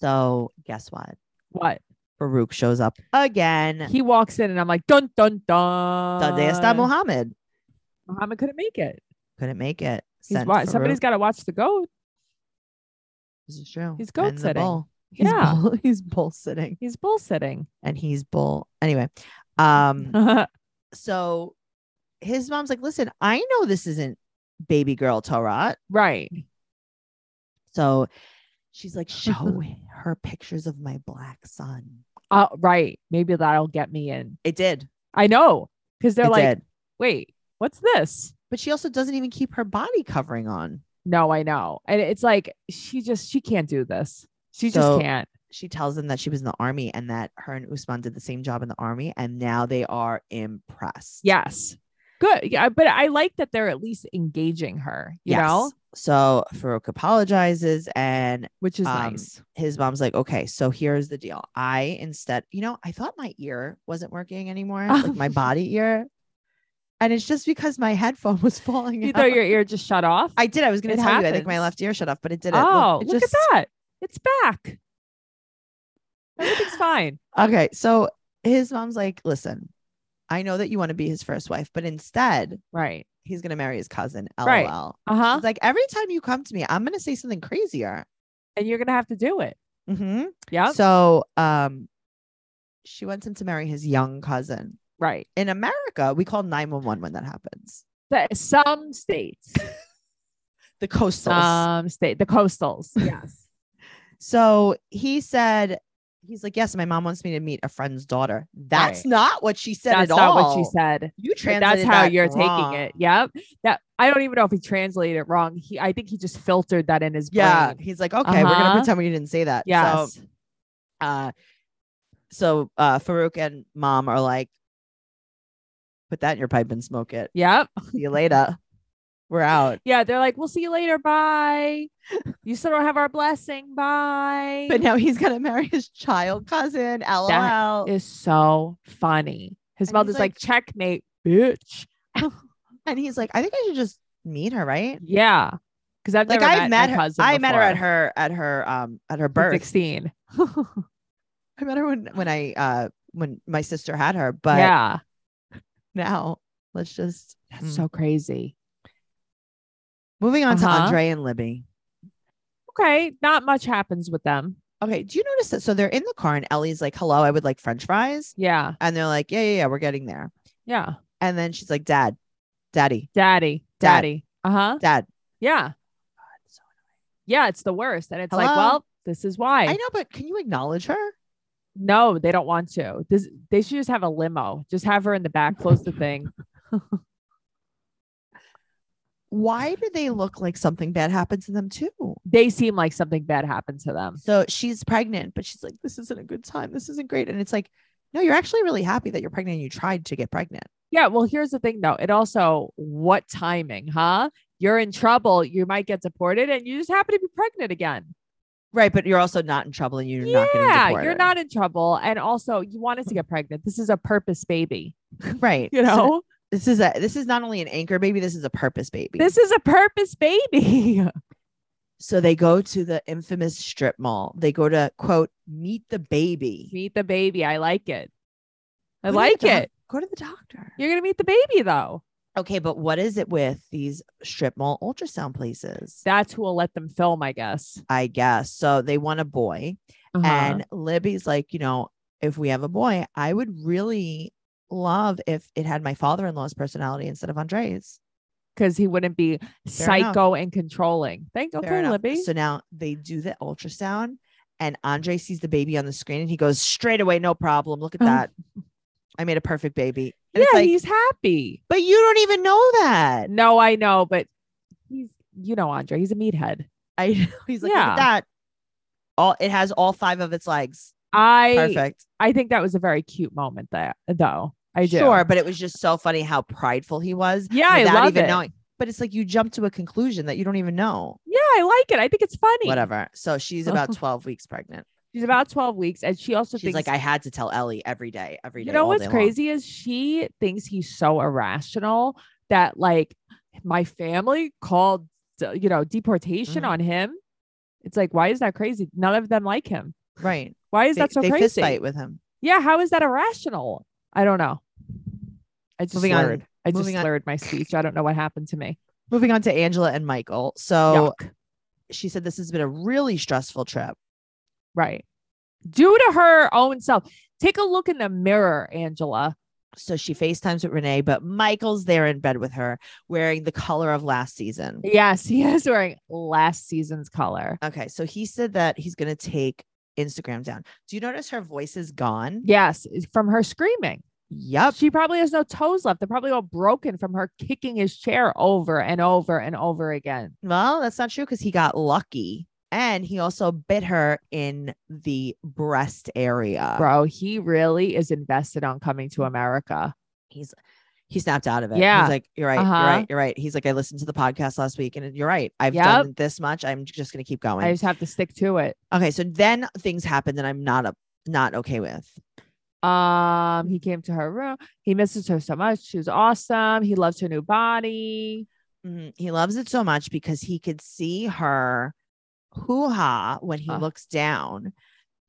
[SPEAKER 2] So guess what?
[SPEAKER 3] What?
[SPEAKER 2] Farouk shows up again.
[SPEAKER 3] He walks in and I'm like, dun dun dun.
[SPEAKER 2] Donde está Mohammed?
[SPEAKER 3] Muhammad couldn't make it.
[SPEAKER 2] Couldn't make it.
[SPEAKER 3] He's
[SPEAKER 2] Sent
[SPEAKER 3] wa- somebody's
[SPEAKER 2] Farouk.
[SPEAKER 3] got to watch the goat.
[SPEAKER 2] This is true.
[SPEAKER 3] he's goat
[SPEAKER 2] And the
[SPEAKER 3] sitting.
[SPEAKER 2] bull. He's
[SPEAKER 3] Yeah.
[SPEAKER 2] bull, he's bull sitting,
[SPEAKER 3] He's bullsitting.
[SPEAKER 2] and he's bull. Anyway, um,
[SPEAKER 3] right.
[SPEAKER 2] so his mom's like, "Listen, I know this isn't baby girl Torah." So she's like, "Show her pictures of my black son."
[SPEAKER 3] Uh, right. Maybe that'll get me in.
[SPEAKER 2] It did.
[SPEAKER 3] I know. Because they're
[SPEAKER 2] it
[SPEAKER 3] like,
[SPEAKER 2] did.
[SPEAKER 3] wait, what's this?
[SPEAKER 2] But she also doesn't even keep her body covering on.
[SPEAKER 3] No, I know. And it's like, she just, she can't do this. She
[SPEAKER 2] So-
[SPEAKER 3] just can't.
[SPEAKER 2] she tells them that she was in the army and that her and Usman did the same job in the army and now they are impressed.
[SPEAKER 3] Yes. Good. Yeah. But I like that they're at least engaging her, you
[SPEAKER 2] Yes.
[SPEAKER 3] know,
[SPEAKER 2] So Farouk apologizes and
[SPEAKER 3] which is
[SPEAKER 2] Um,
[SPEAKER 3] nice.
[SPEAKER 2] his mom's like, okay, so here's the deal. I instead, you know, I thought my ear wasn't working anymore, like my body ear. And it's just because my headphone was falling
[SPEAKER 3] You
[SPEAKER 2] out.
[SPEAKER 3] thought your ear just shut off?
[SPEAKER 2] I did. I was going
[SPEAKER 3] It
[SPEAKER 2] to tell you. I think my
[SPEAKER 3] happens.
[SPEAKER 2] left ear shut off, but it didn't. Look,
[SPEAKER 3] oh,
[SPEAKER 2] it
[SPEAKER 3] look
[SPEAKER 2] just-
[SPEAKER 3] at that. It's back. Everything's fine.
[SPEAKER 2] Okay. So his mom's like, listen, I know that you want to be his first wife, but instead
[SPEAKER 3] Right.
[SPEAKER 2] he's going to marry his cousin. LOL.
[SPEAKER 3] Right. Uh huh.
[SPEAKER 2] It's like every time you come to me, I'm gonna say something crazier.
[SPEAKER 3] And you're going to have to do it.
[SPEAKER 2] Mm-hmm.
[SPEAKER 3] Yeah.
[SPEAKER 2] So, um, she wants him to marry his young cousin.
[SPEAKER 3] right.
[SPEAKER 2] In America, we call nine one one when that happens.
[SPEAKER 3] The, some states.
[SPEAKER 2] The coastals.
[SPEAKER 3] Some state. The coastals. Yes.
[SPEAKER 2] so he said, he's like, yes, my mom wants me to meet a friend's daughter. That's
[SPEAKER 3] Right.
[SPEAKER 2] not what she said
[SPEAKER 3] That's
[SPEAKER 2] at
[SPEAKER 3] not
[SPEAKER 2] all.
[SPEAKER 3] what she said.
[SPEAKER 2] You
[SPEAKER 3] But
[SPEAKER 2] translated
[SPEAKER 3] that's how
[SPEAKER 2] that
[SPEAKER 3] you're
[SPEAKER 2] wrong.
[SPEAKER 3] taking it. Yep. That I don't even know if he translated it wrong. He I think he just filtered that in his
[SPEAKER 2] Yeah.
[SPEAKER 3] brain.
[SPEAKER 2] He's like, okay, we're gonna
[SPEAKER 3] Uh-huh.
[SPEAKER 2] pretend we didn't say that. So
[SPEAKER 3] Yes.
[SPEAKER 2] uh so uh Farouk and mom are like put that in your pipe and smoke it.
[SPEAKER 3] yep.
[SPEAKER 2] See you later. We're out.
[SPEAKER 3] Yeah. They're like, we'll see you later. Bye. You still don't have our blessing. Bye.
[SPEAKER 2] But now he's gonna marry his child cousin. LOL.
[SPEAKER 3] is so funny.
[SPEAKER 2] And
[SPEAKER 3] His
[SPEAKER 2] he's
[SPEAKER 3] mother's
[SPEAKER 2] like-
[SPEAKER 3] like, checkmate, bitch.
[SPEAKER 2] and he's like, I think I should just meet her, right?
[SPEAKER 3] Yeah. Because I've
[SPEAKER 2] Like
[SPEAKER 3] never
[SPEAKER 2] I met
[SPEAKER 3] my
[SPEAKER 2] her.
[SPEAKER 3] cousin
[SPEAKER 2] I met her
[SPEAKER 3] before.
[SPEAKER 2] at her at her um at her
[SPEAKER 3] She's
[SPEAKER 2] birth.
[SPEAKER 3] 16.
[SPEAKER 2] I met her when when I uh when my sister had her. But
[SPEAKER 3] yeah. Hmm.
[SPEAKER 2] now let's just
[SPEAKER 3] That's
[SPEAKER 2] Mm.
[SPEAKER 3] so crazy.
[SPEAKER 2] moving on to
[SPEAKER 3] Uh-huh.
[SPEAKER 2] Andre and Libby.
[SPEAKER 3] Okay. Not much happens with them.
[SPEAKER 2] Okay, do you notice that? So they're in the car and Ellie's like, "Hello, I would like French fries,"
[SPEAKER 3] Yeah.
[SPEAKER 2] and they're like, "Yeah, yeah, yeah, we're getting there."
[SPEAKER 3] Yeah.
[SPEAKER 2] And then she's like, "Dad, daddy,
[SPEAKER 3] Daddy. Uh-huh.
[SPEAKER 2] Dad.
[SPEAKER 3] Daddy. Uh huh.
[SPEAKER 2] dad."
[SPEAKER 3] Yeah. yeah, it's the worst. And it's like,
[SPEAKER 2] Hello?
[SPEAKER 3] well, this is why.
[SPEAKER 2] I know, but can you acknowledge her?
[SPEAKER 3] No, they don't want to. This, they should just have a limo. Just have her in the back, close the thing.
[SPEAKER 2] Why do they look like something bad happened to them too?
[SPEAKER 3] They seem like something bad happened to them.
[SPEAKER 2] So she's pregnant, but she's like, this isn't a good time. This isn't great. And it's like, no, you're actually really happy that you're pregnant and you tried to get pregnant.
[SPEAKER 3] Yeah. Well, here's the thing though. It also, what timing, huh? You're in trouble. You might get deported and you just happen to be pregnant again.
[SPEAKER 2] Right. But you're also not in trouble and you're not getting
[SPEAKER 3] yeah. You're
[SPEAKER 2] deported.
[SPEAKER 3] not in trouble. And also, you wanted to get pregnant. This is a purpose baby,
[SPEAKER 2] right.
[SPEAKER 3] you
[SPEAKER 2] So
[SPEAKER 3] know?
[SPEAKER 2] this is a this is not only an anchor baby, this is a purpose baby.
[SPEAKER 3] This is a purpose baby.
[SPEAKER 2] so they go to the infamous strip mall. They go to quote, meet the baby.
[SPEAKER 3] meet the baby. I like it. I
[SPEAKER 2] Go to the
[SPEAKER 3] like
[SPEAKER 2] doc-
[SPEAKER 3] it.
[SPEAKER 2] Go to the doctor.
[SPEAKER 3] You're going to meet the baby though.
[SPEAKER 2] Okay, but what is it with these strip mall ultrasound places?
[SPEAKER 3] That's who will let them film, I guess.
[SPEAKER 2] I guess. So they want a boy.
[SPEAKER 3] Uh-huh.
[SPEAKER 2] And Libby's like, you know, if we have a boy, I would really love if it had my father in law's personality instead of Andre's.
[SPEAKER 3] because he wouldn't be
[SPEAKER 2] enough.
[SPEAKER 3] psycho and controlling. Thank
[SPEAKER 2] Fair
[SPEAKER 3] okay,
[SPEAKER 2] enough.
[SPEAKER 3] Libby.
[SPEAKER 2] So now they do the ultrasound, and Andre sees the baby on the screen and he goes straight away, no problem. Look at
[SPEAKER 3] Oh.
[SPEAKER 2] that. I made a perfect baby. And
[SPEAKER 3] yeah,
[SPEAKER 2] it's like,
[SPEAKER 3] he's happy.
[SPEAKER 2] but you don't even know that.
[SPEAKER 3] No, I know, but he's you know Andre, he's a meathead.
[SPEAKER 2] I know. He's like, look
[SPEAKER 3] Yeah.
[SPEAKER 2] at that. All it has all five of its legs.
[SPEAKER 3] I
[SPEAKER 2] Perfect.
[SPEAKER 3] I think that was a very cute moment there though. I do.
[SPEAKER 2] Sure, but it was just so funny how prideful he was.
[SPEAKER 3] Yeah, I
[SPEAKER 2] without
[SPEAKER 3] love
[SPEAKER 2] even
[SPEAKER 3] it.
[SPEAKER 2] knowing. But it's like you jump to a conclusion that you don't even know.
[SPEAKER 3] Yeah, I like it. I think it's funny.
[SPEAKER 2] Whatever. So she's about 12 weeks pregnant.
[SPEAKER 3] She's about 12 weeks and she also
[SPEAKER 2] She's
[SPEAKER 3] thinks
[SPEAKER 2] like, I had to tell Ellie every day, every day.
[SPEAKER 3] You know
[SPEAKER 2] all
[SPEAKER 3] what's
[SPEAKER 2] day long."
[SPEAKER 3] crazy is she thinks he's so irrational that like my family called uh, you know deportation
[SPEAKER 2] Mhm.
[SPEAKER 3] on him. It's like why is that crazy? None of them like him.
[SPEAKER 2] Right.
[SPEAKER 3] Why is
[SPEAKER 2] They,
[SPEAKER 3] that so
[SPEAKER 2] they
[SPEAKER 3] crazy?
[SPEAKER 2] fist fight with him.
[SPEAKER 3] Yeah, how is that irrational? I don't know. I just
[SPEAKER 2] Moving on.
[SPEAKER 3] slurred. I just
[SPEAKER 2] Moving on.
[SPEAKER 3] slurred my speech. I don't know what happened to me.
[SPEAKER 2] Moving on to Angela and Michael. So
[SPEAKER 3] Yuck.
[SPEAKER 2] she said this has been a really stressful trip.
[SPEAKER 3] Right. Due to her own self. Take a look in the mirror, Angela.
[SPEAKER 2] So she FaceTimes with Renee, but Michael's there in bed with her wearing the color of last season.
[SPEAKER 3] Yes, he is wearing last season's color.
[SPEAKER 2] Okay. So he said that he's going to take Instagram down. Do you notice her voice is gone?
[SPEAKER 3] Yes, from her screaming.
[SPEAKER 2] Yep.
[SPEAKER 3] Oh, She probably has no toes left. They're probably all broken from her kicking his chair over and over and over again.
[SPEAKER 2] Well, that's not true because he got lucky. And he also bit her in the breast area.
[SPEAKER 3] Bro, he really is invested on coming to America.
[SPEAKER 2] He's he snapped out of it.
[SPEAKER 3] Yeah.
[SPEAKER 2] He's like, You're right,
[SPEAKER 3] Uh-huh.
[SPEAKER 2] you're right, you're right. He's like, I listened to the podcast last week and you're right. I've
[SPEAKER 3] Yep.
[SPEAKER 2] done this much. I'm just gonna keep going.
[SPEAKER 3] I just have to stick to it.
[SPEAKER 2] okay, so then things happened that I'm not a, not okay with.
[SPEAKER 3] Um, he came to her room. He misses her so much. She was awesome. He loves her new body. Mm-hmm.
[SPEAKER 2] Mhm. He loves it so much because he could see her hoo ha when he
[SPEAKER 3] Huh.
[SPEAKER 2] looks down.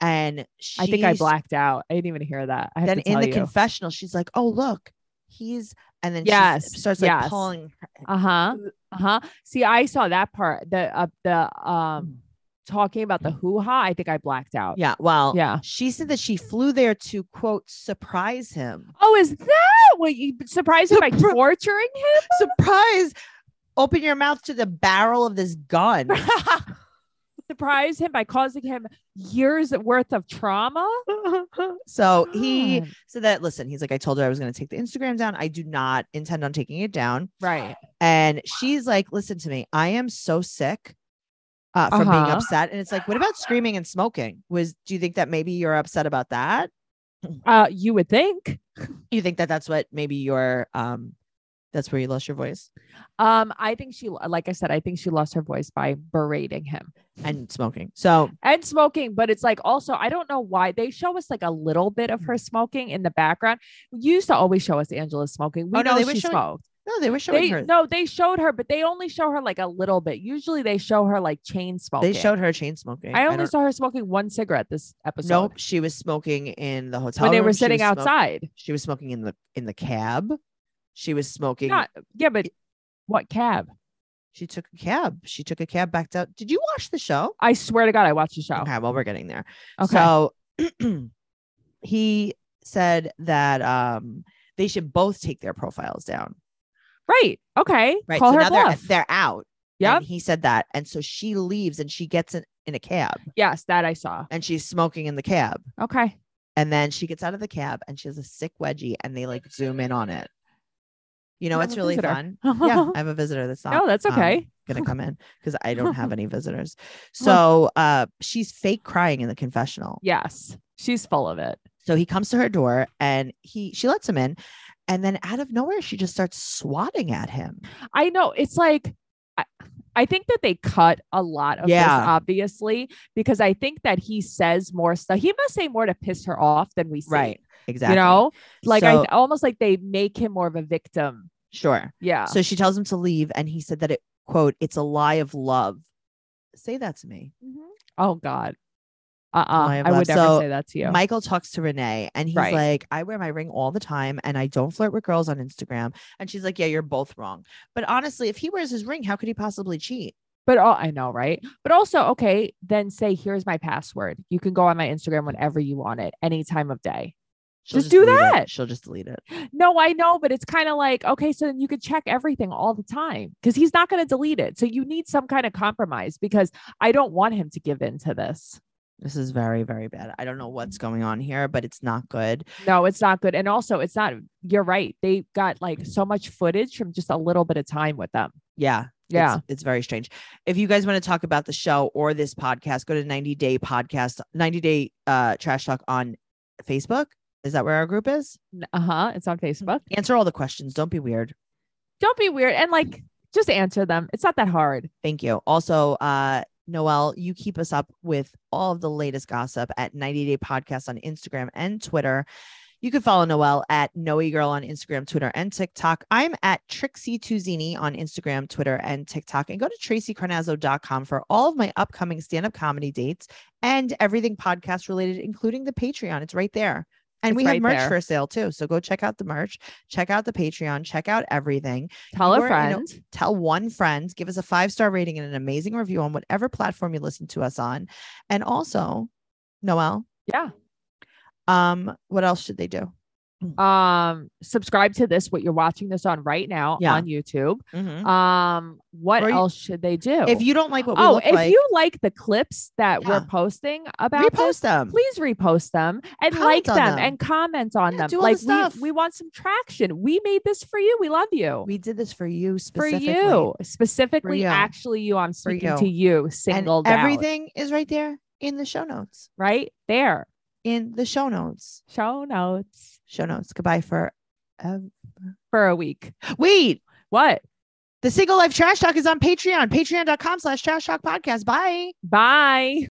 [SPEAKER 2] And she
[SPEAKER 3] I think I
[SPEAKER 2] s-
[SPEAKER 3] blacked out. I didn't even hear that. I have
[SPEAKER 2] then
[SPEAKER 3] to
[SPEAKER 2] in
[SPEAKER 3] tell
[SPEAKER 2] the
[SPEAKER 3] you.
[SPEAKER 2] confessional, she's like, "Oh look, he's," and then
[SPEAKER 3] Yes,
[SPEAKER 2] she starts like
[SPEAKER 3] yes.
[SPEAKER 2] pulling. Her.
[SPEAKER 3] uh huh. Uh huh. See, I saw that part. The uh, the um talking about the hoo ha. I think I blacked out.
[SPEAKER 2] Hmm. Yeah, well,
[SPEAKER 3] Uh, Yeah.
[SPEAKER 2] She said that she flew there to quote surprise him,
[SPEAKER 3] Oh, is that what you surprised him by
[SPEAKER 2] Surpri-
[SPEAKER 3] torturing him?
[SPEAKER 2] surprise. Open your mouth to the barrel of this gun.
[SPEAKER 3] Surprised him by causing him years worth of trauma. Hmm,
[SPEAKER 2] so he
[SPEAKER 3] God.
[SPEAKER 2] said that. Listen, he's like, I told her I was going to take the Instagram down. I do not intend on taking it down.
[SPEAKER 3] right.
[SPEAKER 2] And she's like, listen to me. I am so sick uh, from being
[SPEAKER 3] Uh-huh.
[SPEAKER 2] upset. And it's like, what about screaming and smoking? Was do you think that maybe you're upset about that?
[SPEAKER 3] Uh, you would think.
[SPEAKER 2] you think that that's what maybe your um that's where you lost your voice
[SPEAKER 3] Um, I think she, like I said, I think she lost her voice by berating him
[SPEAKER 2] and smoking so
[SPEAKER 3] and smoking. But it's like also, I don't know why they show us like a little bit of her
[SPEAKER 2] Mm-hmm.
[SPEAKER 3] smoking in the background. You used to always show us Angela smoking. We
[SPEAKER 2] Oh, no,
[SPEAKER 3] know
[SPEAKER 2] they were
[SPEAKER 3] she
[SPEAKER 2] showing-
[SPEAKER 3] smoked.
[SPEAKER 2] no they were showing
[SPEAKER 3] They
[SPEAKER 2] her
[SPEAKER 3] no, they showed her, but they only show her like a little bit. Usually, they show her like chain smoking.
[SPEAKER 2] they showed her chain smoking
[SPEAKER 3] I only
[SPEAKER 2] don't-
[SPEAKER 3] saw her smoking one cigarette this episode.
[SPEAKER 2] nope she was smoking in the hotel
[SPEAKER 3] when they
[SPEAKER 2] room.
[SPEAKER 3] were
[SPEAKER 2] She
[SPEAKER 3] sitting
[SPEAKER 2] was smoke-
[SPEAKER 3] outside.
[SPEAKER 2] she was smoking in the in the cab she was smoking
[SPEAKER 3] Not- yeah, but what cab?
[SPEAKER 2] she took a cab she took a cab back down did you watch the show
[SPEAKER 3] I swear to God, I watched the show. Okay.
[SPEAKER 2] okay well we're getting there so he said that um they should both take their profiles down
[SPEAKER 3] right. Okay.
[SPEAKER 2] right
[SPEAKER 3] Call
[SPEAKER 2] so
[SPEAKER 3] her
[SPEAKER 2] now they're,
[SPEAKER 3] bluff.
[SPEAKER 2] they're out
[SPEAKER 3] Yep.
[SPEAKER 2] And he said that. And so she leaves and she gets in, in a cab
[SPEAKER 3] Yes, that I saw.
[SPEAKER 2] and she's smoking in the cab.
[SPEAKER 3] Okay.
[SPEAKER 2] And then she gets out of the cab and she has a sick wedgie and they like zoom in on it. You know,
[SPEAKER 3] I have
[SPEAKER 2] it's
[SPEAKER 3] a
[SPEAKER 2] really
[SPEAKER 3] visitor.
[SPEAKER 2] fun. Yeah, I have a visitor that's not
[SPEAKER 3] no, Oh, that's
[SPEAKER 2] um,
[SPEAKER 3] okay.
[SPEAKER 2] gonna come in because I don't have any visitors. So uh she's fake crying in the confessional.
[SPEAKER 3] yes. She's full of it.
[SPEAKER 2] So he comes to her door and he she lets him in. And then out of nowhere, she just starts swatting at him.
[SPEAKER 3] I know. It's like I, I think that they cut a lot of
[SPEAKER 2] Yeah.
[SPEAKER 3] this, obviously, because I think that he says more stuff. He must say more to piss her off than we see.
[SPEAKER 2] Exactly.
[SPEAKER 3] You know, like I
[SPEAKER 2] So-
[SPEAKER 3] almost like they make him more of a victim.
[SPEAKER 2] Sure.
[SPEAKER 3] Yeah.
[SPEAKER 2] So she tells him to leave. And he said that it, quote, it's a lie of love. Say that to me.
[SPEAKER 3] Oh God. Uh uh
[SPEAKER 2] Lie of
[SPEAKER 3] I would
[SPEAKER 2] love.
[SPEAKER 3] never
[SPEAKER 2] So
[SPEAKER 3] say that to you.
[SPEAKER 2] Michael talks to Renee and he's
[SPEAKER 3] Right.
[SPEAKER 2] like, I wear my ring all the time and I don't flirt with girls on Instagram. And she's like, Yeah, you're both wrong. But honestly, if he wears his ring, how could he possibly cheat?
[SPEAKER 3] but all I know, right? But also, okay, then say here's my password. You can go on my Instagram whenever you want it, any time of day.
[SPEAKER 2] She'll
[SPEAKER 3] Just do
[SPEAKER 2] delete it.
[SPEAKER 3] that.
[SPEAKER 2] She'll just delete it.
[SPEAKER 3] No, I know, but it's kind of like, okay, so then you could check everything all the time because he's not going to delete it. So you need some kind of compromise because I don't want him to give in to this.
[SPEAKER 2] This is very, very bad. I don't know what's going on here, but it's not good.
[SPEAKER 3] No, it's not good. And also, it's not, you're right. They got like so much footage from just a little bit of time with them.
[SPEAKER 2] Yeah.
[SPEAKER 3] Yeah.
[SPEAKER 2] It's, it's very strange. If you guys want to talk about the show or this podcast, go to 90 Day Podcast, 90 Day uh, Trash Talk on Facebook. Is that where our group is?
[SPEAKER 3] Uh
[SPEAKER 2] uh-huh,
[SPEAKER 3] huh. It's on Facebook.
[SPEAKER 2] Answer all the questions. Don't be weird.
[SPEAKER 3] Don't be weird. And like, just answer them. It's not that hard.
[SPEAKER 2] Thank you. Also, uh, Noelle, you keep us up with all of the latest gossip at 90 Day Podcast on Instagram and Twitter. You can follow Noelle at Noe Girl on Instagram, Twitter, and TikTok. I'm at Trixie Tuzini on Instagram, Twitter, and TikTok. And go to tracycarnazzo.com for all of my upcoming stand up comedy dates and everything podcast related, including the Patreon. It's right there. And we
[SPEAKER 3] It's
[SPEAKER 2] have
[SPEAKER 3] right
[SPEAKER 2] merch
[SPEAKER 3] there.
[SPEAKER 2] for sale too. So go check out the merch, check out the Patreon, check out everything
[SPEAKER 3] Tell a
[SPEAKER 2] Or, you know,
[SPEAKER 3] friend.
[SPEAKER 2] tell one friend, give us a five star rating and an amazing review on whatever platform you listen to us on. And also, Noel,
[SPEAKER 3] yeah.
[SPEAKER 2] um, what else should they do?
[SPEAKER 3] um subscribe to this what you're watching this on right now
[SPEAKER 2] Yeah. Mm-hmm.
[SPEAKER 3] on youtube um what
[SPEAKER 2] Or you-
[SPEAKER 3] else should they do
[SPEAKER 2] If you don't like what we
[SPEAKER 3] oh
[SPEAKER 2] look
[SPEAKER 3] if
[SPEAKER 2] like,
[SPEAKER 3] you like the clips that we're
[SPEAKER 2] Yeah.
[SPEAKER 3] posting about
[SPEAKER 2] repost them.
[SPEAKER 3] this, please repost them and
[SPEAKER 2] Comment
[SPEAKER 3] like
[SPEAKER 2] on
[SPEAKER 3] them,
[SPEAKER 2] them.
[SPEAKER 3] and comment on
[SPEAKER 2] Yeah,
[SPEAKER 3] them
[SPEAKER 2] do all the
[SPEAKER 3] like
[SPEAKER 2] stuff.
[SPEAKER 3] we we want some traction we made this for you we love you
[SPEAKER 2] We did this for you
[SPEAKER 3] for
[SPEAKER 2] specifically.
[SPEAKER 3] you specifically
[SPEAKER 2] you.
[SPEAKER 3] actually you i'm speaking
[SPEAKER 2] you.
[SPEAKER 3] to you
[SPEAKER 2] And
[SPEAKER 3] singled out
[SPEAKER 2] everything is right there in the show notes.
[SPEAKER 3] right there
[SPEAKER 2] In the show notes.
[SPEAKER 3] show notes
[SPEAKER 2] Show notes. Goodbye for.
[SPEAKER 3] for a week
[SPEAKER 2] Wait,
[SPEAKER 3] what
[SPEAKER 2] the Single Life Trash Talk is on Patreon. Patreon.com slash Trash Talk Podcast. Bye.
[SPEAKER 3] bye